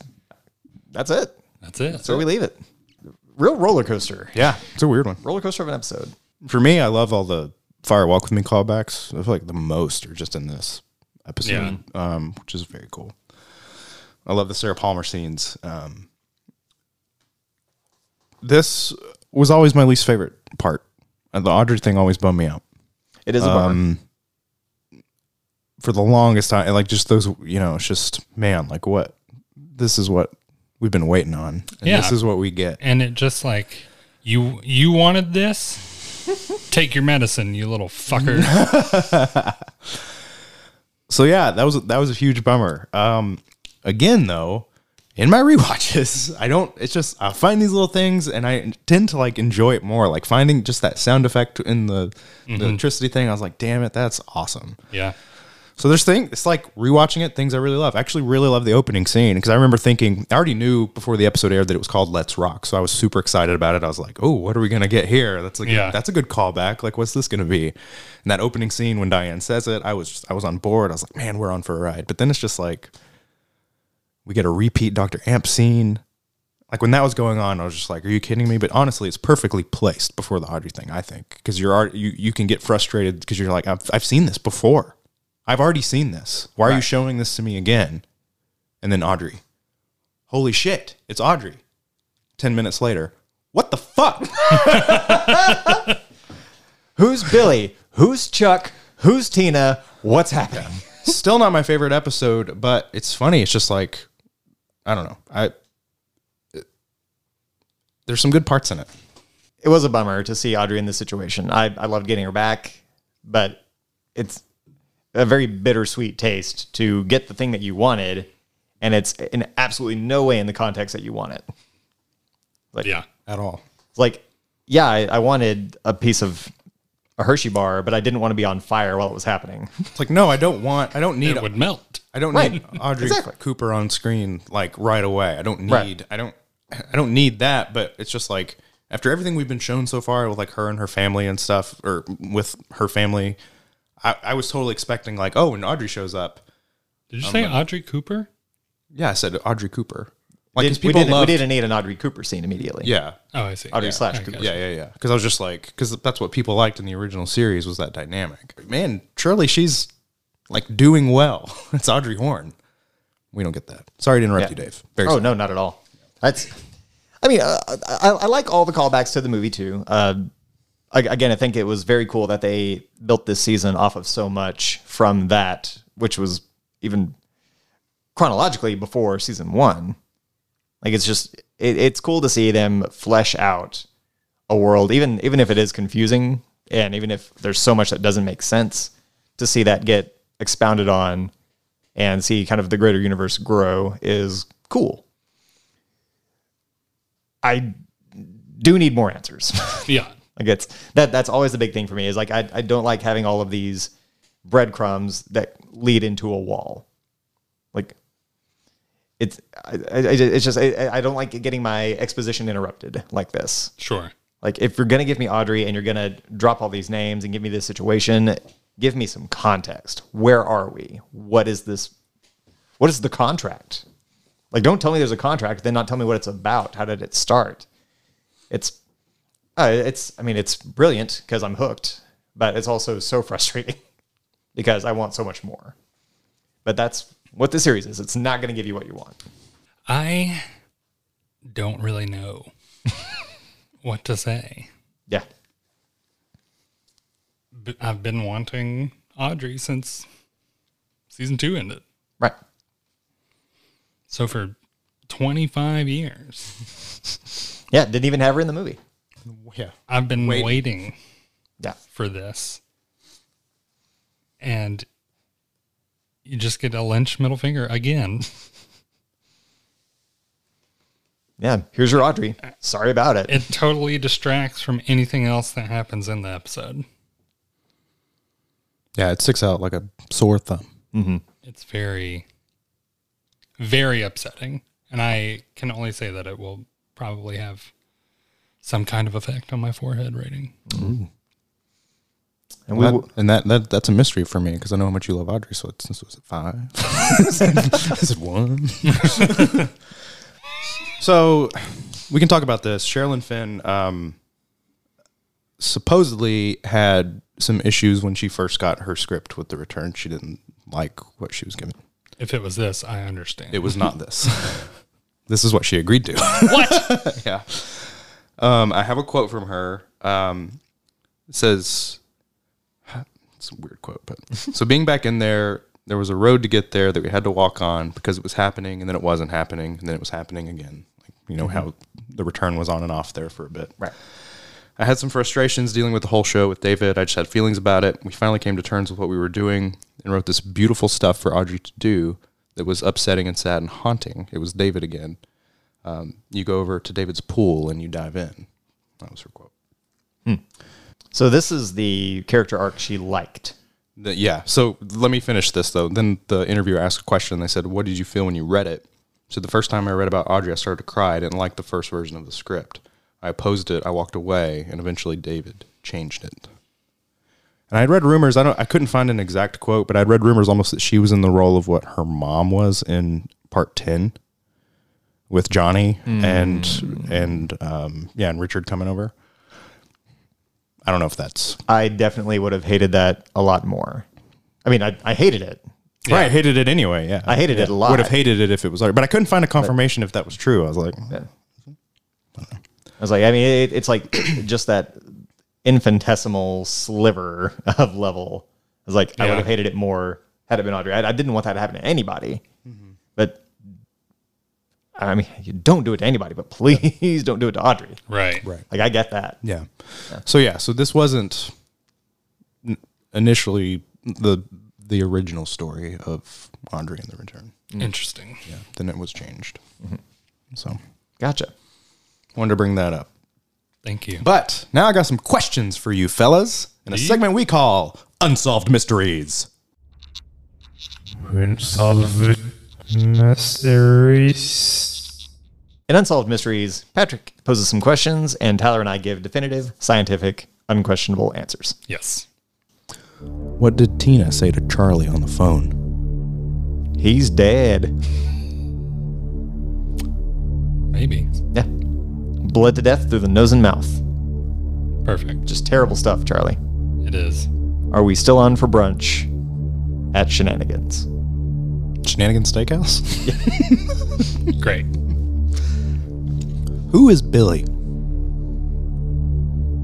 S3: That's it.
S2: That's it.
S3: So we leave it. Real roller coaster.
S1: Yeah, it's a weird one.
S3: Roller coaster of an episode.
S1: For me, I love all the Fire Walk with Me callbacks. I feel like the most are just in this episode, um, which is very cool. I love the Sarah Palmer scenes. Um, this was always my least favorite part. And the Audrey thing always bummed me out.
S3: It is a bummer.
S1: Um, for the longest time. Like just those, you know, it's just man, like what this is what we've been waiting on, and
S2: Yeah.
S1: this is what we get.
S2: and it just like you you wanted this take your medicine you little fucker
S1: So yeah, that was that was a huge bummer. Um, again though, in my [laughs] rewatches, I don't. It's just I find these little things, and I tend to like enjoy it more. Like finding just that sound effect in the, the electricity thing. I was like, damn it, that's awesome.
S2: yeah
S1: So there's things, it's like rewatching it, things I really love. I actually really love the opening scene because I remember thinking, I already knew before the episode aired that it was called Let's Rock. So I was super excited about it. I was like, oh, what are we going to get here? That's a good,
S2: Yeah.
S1: that's a good callback. Like, what's this going to be? And that opening scene when Diane says it, I was, I was on board. I was like, man, we're on for a ride. But then it's just like, we get a repeat Dr. Amp scene. Like when that was going on, I was just like, "Are you kidding me?" But honestly, it's perfectly placed before the Audrey thing, I think, because you're already, you you can get frustrated because you're like, "I've I've seen this before. I've already seen this. Why are you showing this to me again?" And then Audrey, holy shit, it's Audrey. Ten minutes later, what the fuck?
S3: Who's Billy? Who's Chuck? Who's Tina? What's happening?
S1: Still not my favorite episode, but it's funny. It's just like, I don't know. I there's some good parts in it.
S3: It was a bummer to see Audrey in this situation. I, I loved getting her back, but it's a very bittersweet taste to get the thing that you wanted, and it's in absolutely no way in the context that you want it.
S2: yeah
S1: At all.
S3: It's like, yeah, I, I wanted a piece of a Hershey bar, but I didn't want to be on fire while it was happening.
S1: It's like, no, I don't want. I don't need.
S2: it would melt
S1: I don't
S3: Right.
S1: need Audrey
S3: Exactly.
S1: Cooper on screen like right away. I don't need
S3: Right.
S1: I don't I don't need that, but it's just like after everything we've been shown so far with like her and her family and stuff or with her family, I, I was totally expecting like, oh, when Audrey shows up.
S2: did you say audrey cooper
S1: Yeah, I said Audrey Cooper. Like
S3: Did-
S1: 'cause
S3: we,
S1: people
S3: didn't,
S1: loved-
S3: we didn't need an Audrey Cooper scene immediately.
S1: Yeah.
S2: oh i see
S3: Audrey
S2: yeah.
S3: slash
S2: I
S3: Cooper.
S2: got
S1: Yeah, yeah, yeah. Because I was just like, because that's what people liked in the original series was that dynamic. Man, surely she's like doing well. [laughs] it's Audrey Horn. We don't get that. Sorry to interrupt you, Dave. Very
S3: Oh
S1: sorry.
S3: no, not at all. That's. I mean, uh, I, I like all the callbacks to the movie too. Uh, I- again, I think it was very cool that they built this season off of so much from that, which was even chronologically before season one. Like it's just it, it's cool to see them flesh out a world, even even if it is confusing, and even if there's so much that doesn't make sense, to see that get expounded on and see kind of the greater universe grow is cool. I do need more answers. [laughs]
S2: yeah
S3: like it's that that's always the big thing for me is like I, I don't like having all of these breadcrumbs that lead into a wall. Like it's I, I, I- it's just I, I don't like getting my exposition interrupted like this.
S2: sure
S3: Like if you're gonna give me Audrey and you're gonna drop all these names and give me this situation, give me some context. Where are we? What is this? What is the contract? Like, don't tell me there's a contract, then not tell me what it's about. How did it start? It's, uh, it's. I mean, it's brilliant because I'm hooked, but it's also so [laughs] frustrating because I want so much more. But that's what the series is. It's not going to give you what you want.
S2: i don't really know [laughs] what to say
S3: Yeah,
S2: B- i've been wanting audrey since season two ended
S3: right.
S2: so for 25 years
S3: Yeah, didn't even have her in the movie.
S1: Yeah.
S2: i've been waiting
S3: Yeah,
S2: for this. And you just get a lynch middle finger again. [laughs]
S3: yeah. Here's your Audrey. Sorry about it.
S2: It totally distracts from anything else that happens in the episode.
S1: Yeah, it sticks out like a sore thumb.
S2: It's very, very upsetting. And I can only say that it will probably have some kind of effect on my forehead rating.
S3: And we,
S1: That, and that, that that's a mystery for me because I know how much you love Audrey. [laughs] So it's, was it five? is it one? [laughs] So we can talk about this. Sherilyn Finn um, supposedly had some issues when she first got her script with the return. She didn't like what she was given.
S2: If it was this, I understand.
S1: It was not this. [laughs] this is what she agreed to. What? [laughs] yeah. Um, I have a quote from her. Um, it says, [sighs] it's a weird quote, but [laughs] so being back in there, there was a road to get there that we had to walk on because it was happening and then it wasn't happening and then it was happening again. Like, you know, how the return was on and off there for a bit.
S3: Right.
S1: I had some frustrations dealing with the whole show with David. I just had feelings about it. We finally came to terms with what we were doing and wrote this beautiful stuff for Audrey to do that was upsetting and sad and haunting. It was David again. Um, you go over to David's pool and you dive in. That was her quote.
S3: So this is the character arc she liked.
S1: The- yeah. So let me finish this though. Then the interviewer asked a question. They said, "What did you feel when you read it?" So the first time I read about Audrey, I started to cry. I didn't like the first version of the script. I opposed it. I walked away, and eventually David changed it. And I'd read rumors. I don't. I couldn't find an exact quote, but I'd read rumors almost that she was in the role of what her mom was in part ten with Johnny and and um, yeah, and Richard coming over. I don't know if that's
S3: I definitely would have hated that a lot more. I mean, I, I hated it.
S1: Right, I hated it anyway. Yeah,
S3: I hated it a
S1: Yeah.
S3: lot.
S1: Would have hated it if it was, like- but I couldn't find a confirmation if that was true. I was like,
S3: I was like, I mean, it, it's like [coughs] just that infinitesimal sliver of level. I was like, I
S2: Yeah.
S3: would have hated it more had it been Audrey. I, I didn't want that to happen to anybody. But I mean, you don't do it to anybody, but [laughs] please don't do it to Audrey.
S2: right. Right.
S3: Like, I get that.
S1: yeah. So yeah, so this wasn't n- initially the the original story of Andre and the Return.
S2: Interesting.
S1: Yeah, then it was changed.
S3: Mm-hmm.
S1: So
S3: Gotcha.
S1: wanted to bring that up.
S2: Thank you.
S1: But now I got some questions for you fellas in a segment we call Unsolved Mysteries.
S8: Unsolved mysteries.
S3: In Unsolved Mysteries, Patrick poses some questions, and Tyler and I give definitive, scientific, unquestionable answers.
S2: yes.
S1: What did Tina say to Charlie on the phone?
S3: He's dead.
S2: Maybe.
S3: Yeah. Bled to death through the nose and mouth.
S2: Perfect.
S3: Just terrible stuff, Charlie.
S2: It is.
S3: Are we still on for brunch at Shenanigans?
S1: Shenanigans Steakhouse?
S2: Great.
S1: Who is Billy?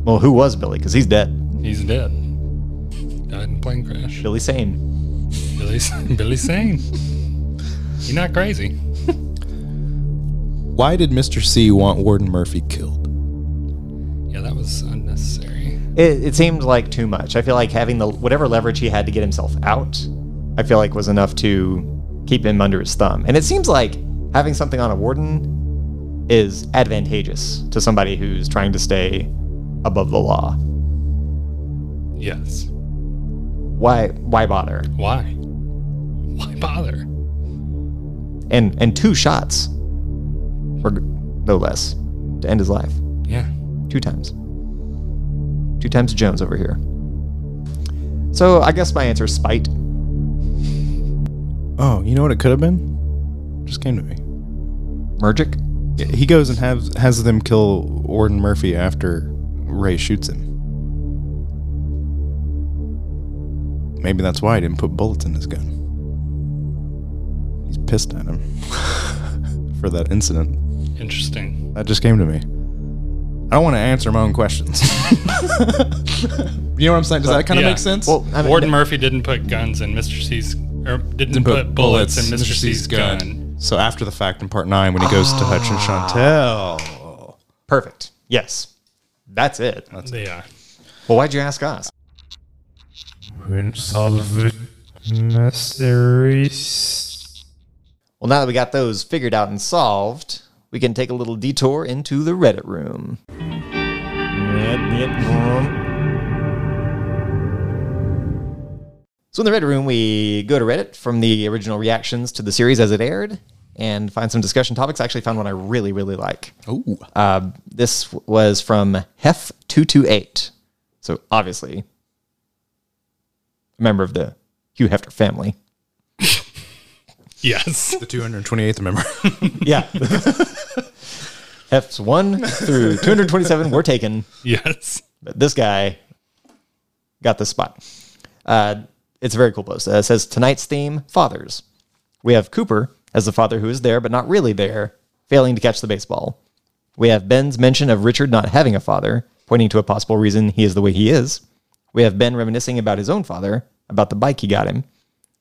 S3: Well, who was Billy? Because he's dead.
S2: He's dead. Died in plane crash.
S3: Billy Sane.
S2: Billy, [laughs] Billy Sane. You're not crazy.
S1: [laughs] Why did Mr. C want Warden Murphy killed?
S2: Yeah, that was unnecessary.
S3: It, it seemed like too much. I feel like having the whatever leverage he had to get himself out, I feel like was enough to keep him under his thumb. And it seems like having something on a warden is advantageous to somebody who's trying to stay above the law.
S2: Yes.
S3: Why why bother?
S2: Why? Why bother?
S3: And and two shots. Or g- no less. To end his life.
S2: Yeah.
S3: two times. Two times Jones over here. So I guess my answer is spite.
S1: Oh, you know what it could have been? Just came to me.
S3: Mergic?
S1: He goes and has has them kill Warden Murphy after Ray shoots him. Maybe that's why he didn't put bullets in his gun. He's pissed at him [laughs] for that incident.
S2: Interesting.
S1: That just came to me. I don't want to answer my own questions. [laughs] you know what I'm saying? Does that kind of
S2: Yeah.
S1: make sense?
S3: Well, I mean,
S2: Warden Murphy didn't put guns in Mr. C's or didn't,
S1: didn't
S2: put, bullets, in Mr. C's gun.
S1: So after the fact, in part nine, when he goes to Hutch and Chantel,
S3: perfect. Yes. That's it.
S2: Yeah. [laughs]
S3: Well, why'd you ask us?
S8: Unsolved mysteries.
S3: Well, now that we got those figured out and solved, we can take a little detour into the Reddit room. So in the Reddit room, we go to Reddit from the original reactions to the series as it aired and find some discussion topics. I actually found one I really, really like.
S1: Ooh.
S3: Uh, this was from Hef228. So obviously, a member of the Hugh Hefter family.
S2: Yes.
S3: [laughs]
S1: the 228th member.
S3: Yeah. F's one through 227 were taken.
S2: [laughs] Yes.
S3: But this guy got the spot. Uh, it's a very cool post. Uh, it says tonight's theme: fathers. We have Cooper as the father who is there but not really there, failing to catch the baseball. We have Ben's mention of Richard not having a father, pointing to a possible reason he is the way he is. We have Ben reminiscing about his own father, about the bike he got him.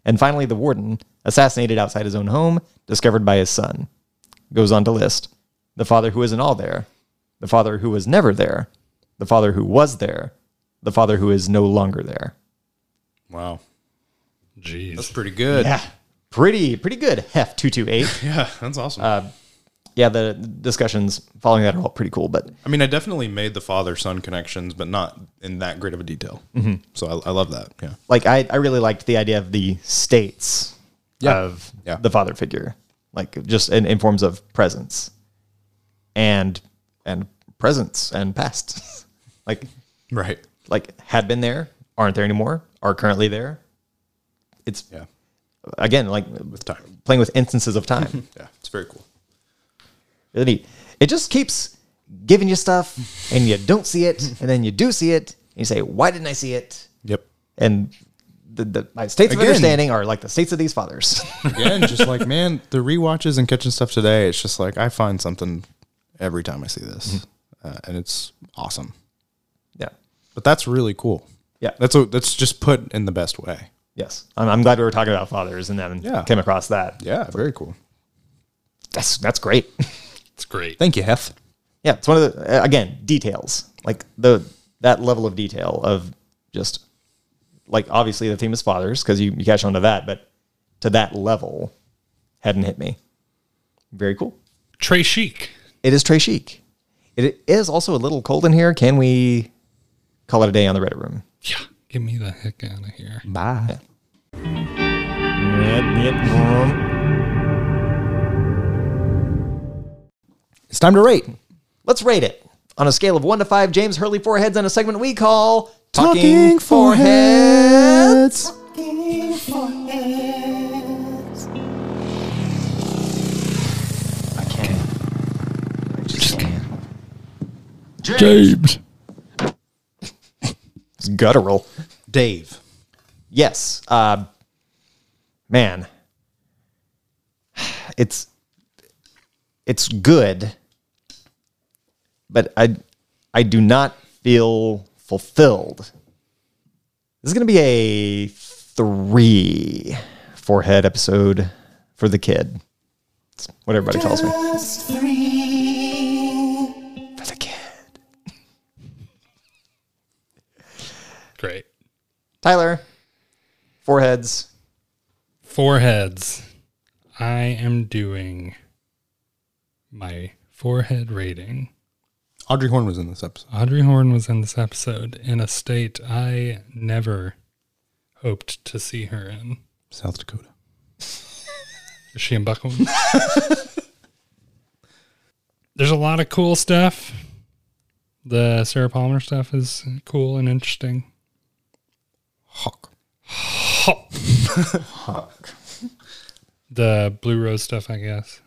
S3: And finally, the warden, assassinated outside his own home, discovered by his son. Goes on to list the father who isn't all there, the father who was never there, the father who was there, the father who is no longer there.
S2: Oh.
S1: Wow.
S2: Jeez.
S1: Pretty good.
S3: Yeah. Pretty, pretty good. [laughs] Hef 228.
S1: Yeah, that's awesome.
S2: Uh,
S3: yeah, the discussions following that are all pretty cool, but
S1: I mean, I definitely made the father son connections, but not in that great of a detail. So I, I love that. Yeah.
S3: like I, I really liked the idea of the states
S1: Yeah.
S3: of
S1: Yeah.
S3: the father figure, like just in, in forms of presence and and presence and past, [laughs] like
S1: Right.
S3: like had been there, aren't there anymore, are currently there. It's
S1: Yeah.
S3: again like
S1: With time.
S3: playing with instances of
S1: [laughs]
S3: time.
S1: Yeah. It's very cool.
S3: really neat. It just keeps giving you stuff, and you don't see it, and then you do see it, and you say, "Why didn't I see it?"
S1: Yep.
S3: And the, the my states
S1: Again.
S3: of understanding are like the states of these fathers. [laughs]
S1: Again, just like, man, the rewatches and catching stuff today, it's just like I find something every time I see this. Uh, and it's awesome.
S3: yeah.
S1: But that's really cool.
S3: Yeah.
S1: That's a, that's just put in the best way.
S3: Yes. I'm, I'm glad we were talking about fathers and then
S1: Yeah.
S3: came across that.
S1: Yeah. Very cool.
S3: That's that's great. [laughs]
S2: It's great.
S1: Thank you, Hef.
S3: yeah, it's one of the uh, again, details. Like the that level of detail of just like obviously the theme is fathers because you, you catch on to that, but to that level hadn't hit me. Very cool.
S2: Trey Chic.
S3: It is Trey Chic. It is also a little cold in here. Can we call it a day on the Reddit room?
S2: Yeah. Get me the heck out of here.
S4: Bye.
S3: Uh-huh. It's time to rate. Let's rate it. On a scale of one to five, James Hurley foreheads on a segment we call Talking, Foreheads.
S2: James.
S3: It's guttural.
S1: Dave.
S3: Yes. Uh, man. [sighs] It's it's good, but I I do not feel fulfilled. This is gonna be a three forehead episode for the kid. It's what everybody calls me. For the kid.
S2: Great.
S3: Tyler. Foreheads.
S2: Foreheads. I am doing my forehead rating.
S1: Audrey Horn was in this episode.
S2: Audrey Horn was in this episode in a state I never hoped to see her in.
S1: South Dakota.
S2: Is she in Buckland? [laughs] There's a lot of cool stuff. The Sarah Palmer stuff is cool and interesting.
S1: Hawk.
S2: Hawk. the Blue Rose stuff, I guess.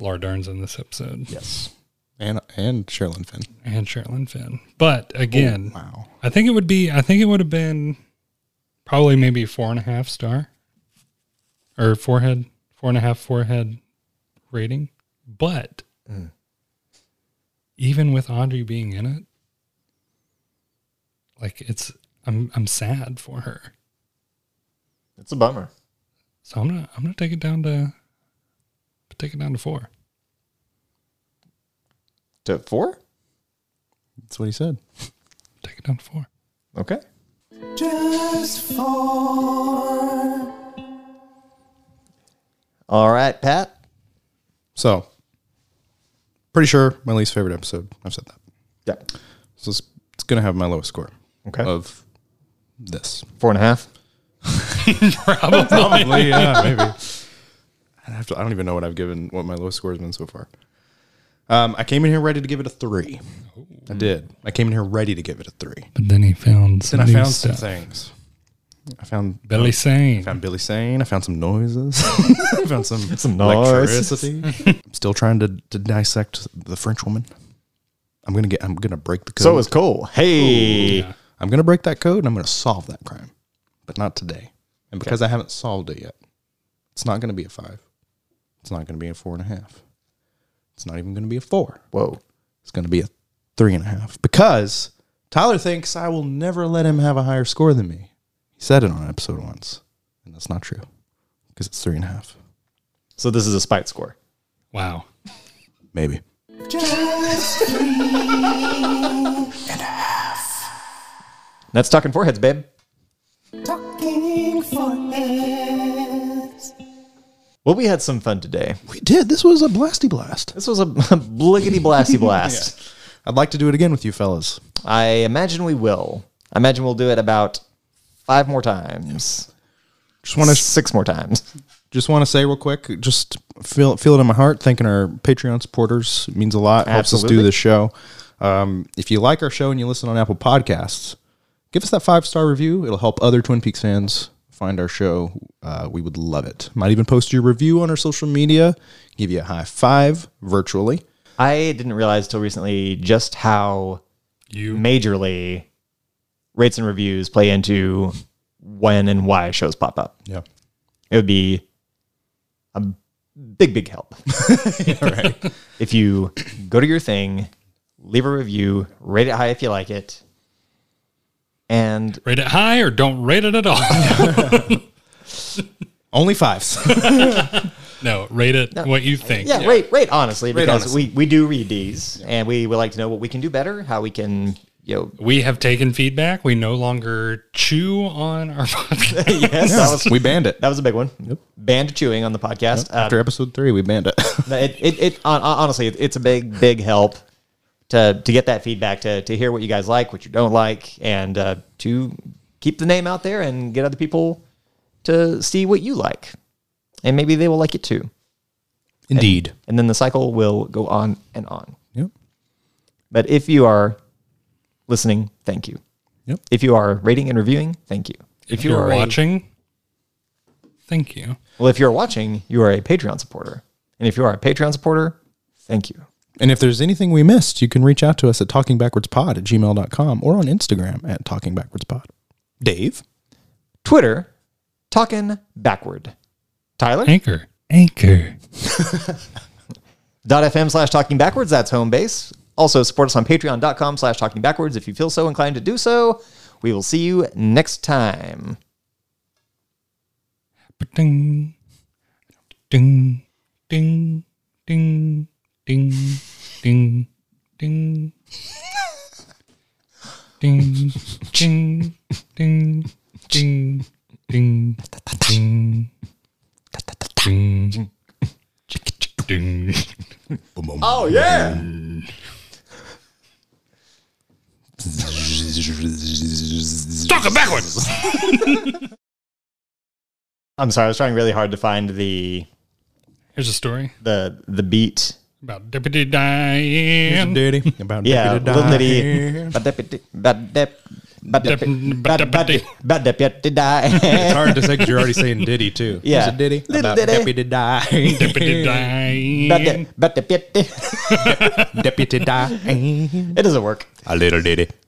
S2: Laura Dern's in this episode.
S3: Yes.
S1: And and Sherilyn Finn.
S2: And Sherilyn Finn. But again,
S1: Wow.
S2: I think it would be. I think it would have been probably maybe four and a half star or forehead, four and a half forehead rating. But
S1: Mm.
S2: even with Audrey being in it, like it's, I'm, I'm sad for her.
S3: It's a bummer.
S2: So I'm gonna, I'm gonna take it down to, take it down to four.
S3: To four?
S1: That's what he said.
S2: Take it down to four.
S3: Okay. All right, Pat.
S1: So, pretty sure my least favorite episode. I've said that.
S3: Yeah.
S1: So it's, it's going to have my lowest score
S3: Okay.
S1: of this.
S3: Four and a half.
S1: Probably, Oh, yeah, [laughs] maybe. I have to. I don't even know what I've given. What my lowest score has been so far. Um, I came in here ready to give it a three. I did. I came in here ready to give it a three.
S2: But then he found some
S1: Then I
S2: new
S1: found some
S2: stuff.
S1: things. I found
S2: Billy Sane.
S1: found Billy Sane. I found some noises. [laughs] I found some
S3: [laughs] Some
S1: electricity. [laughs] I'm still trying to, to dissect the French woman. I'm gonna get. I'm gonna break the code.
S3: So is Cole. Hey.
S2: Yeah.
S1: I'm gonna break that code and I'm gonna solve that crime, but not today. And because I haven't solved it yet, it's not gonna be a five. It's not gonna be a four and a half. It's not even gonna be a four.
S3: Whoa.
S1: It's gonna be a three and a half because Tyler thinks I will never let him have a higher score than me. He said it on an episode once, and that's not true because it's three and a half,
S3: So this is a spite score.
S2: Wow.
S1: maybe.
S3: That's talking foreheads, babe. Well, we had some fun today.
S1: We did. This was a blasty blast.
S3: This was a [laughs] bliggity blasty blast.
S1: I'd like to do it again with you fellas.
S3: I imagine we will. I imagine we'll do it about five more times.
S1: Just want to
S3: six more times.
S1: just want to say real quick, just feel feel it in my heart. Thanking our Patreon supporters It means a lot. Helps us do
S3: Absolutely.
S1: this show. Um, if you like our show and you listen on Apple Podcasts, give us that five star review. It'll help other Twin Peaks fans find our show. Uh, we would love it. Might even post your review on our social media. Give you a high five virtually.
S3: I didn't realize till recently just how
S2: You
S3: majorly rates and reviews play into when and why shows pop up.
S1: Yeah.
S3: It would be a big, big help. [laughs] If you go to your thing, leave a review, rate it high if you like it, and
S2: rate it high or don't rate it at all.
S1: Only fives.
S2: no, rate it what you think.
S3: yeah, rate rate honestly because
S1: honestly.
S3: we we do read these and we would like to know what we can do better, how we can you know
S2: We have taken feedback. We no longer chew on our podcast.
S3: [laughs] yes, that was
S1: we banned
S3: [laughs]
S1: it.
S3: that was a big one. Banned chewing on the podcast. Uh,
S1: After episode three, we
S3: [laughs]
S1: banned it.
S3: No, it, it, it hon- hon- honestly, it, it's a big, big help to to get that feedback, to to hear what you guys like, what you don't like, and uh, to keep the name out there and get other people to see what you like, and maybe they will like it too,
S1: Indeed.
S3: and then the cycle will go on and on.
S1: Yep.
S3: But if you are listening, thank you.
S1: Yep.
S3: If you are rating and reviewing, thank you.
S2: If you are
S3: a-
S2: watching, thank you.
S3: well, if you are watching, you are a Patreon supporter, and if you are a Patreon supporter, thank you.
S1: And if there's anything we missed, you can reach out to us at talkingbackwardspod at gmail.com or on Instagram at talkingbackwardspod. Dave?
S3: Twitter, talking backward. Tyler?
S2: Anchor. Anchor.
S3: .fm slash talking backwards. That's home base. Also support us on patreon.com slash talking backwards if you feel so inclined to do so. We will see you next time.
S2: Ding. Ding. Ding. Ding. Ding. Ding. Ding. Ding. Ding. Ding. Ding. Ding. Ding. Ding. Ding.
S3: Oh yeah.
S2: Talking backwards.
S3: I'm sorry, I was trying really hard to find the
S2: Here's a story
S3: the the beat.
S2: about Deputy Diane.
S3: [laughs]
S1: Dirty. About
S3: Yeah,
S1: Deputy
S3: little
S1: Di-
S3: ditty. Ba deputy- ba dep- ba deputy-
S2: Dep-
S3: ba
S2: ba
S3: deputy-
S2: deputy.
S3: ba deputy die.
S1: [laughs] It's hard to say 'cause you're already saying Diddy, too.
S3: Yeah.
S1: Is it Diddy?
S3: Little
S1: About
S3: ditty.
S1: Deputy
S3: [laughs]
S1: Di.
S2: Deputy
S3: Ba
S2: Diane.
S3: de- ba deputy.
S1: Deputy Di.
S3: It doesn't work.
S1: [laughs] A little Diddy.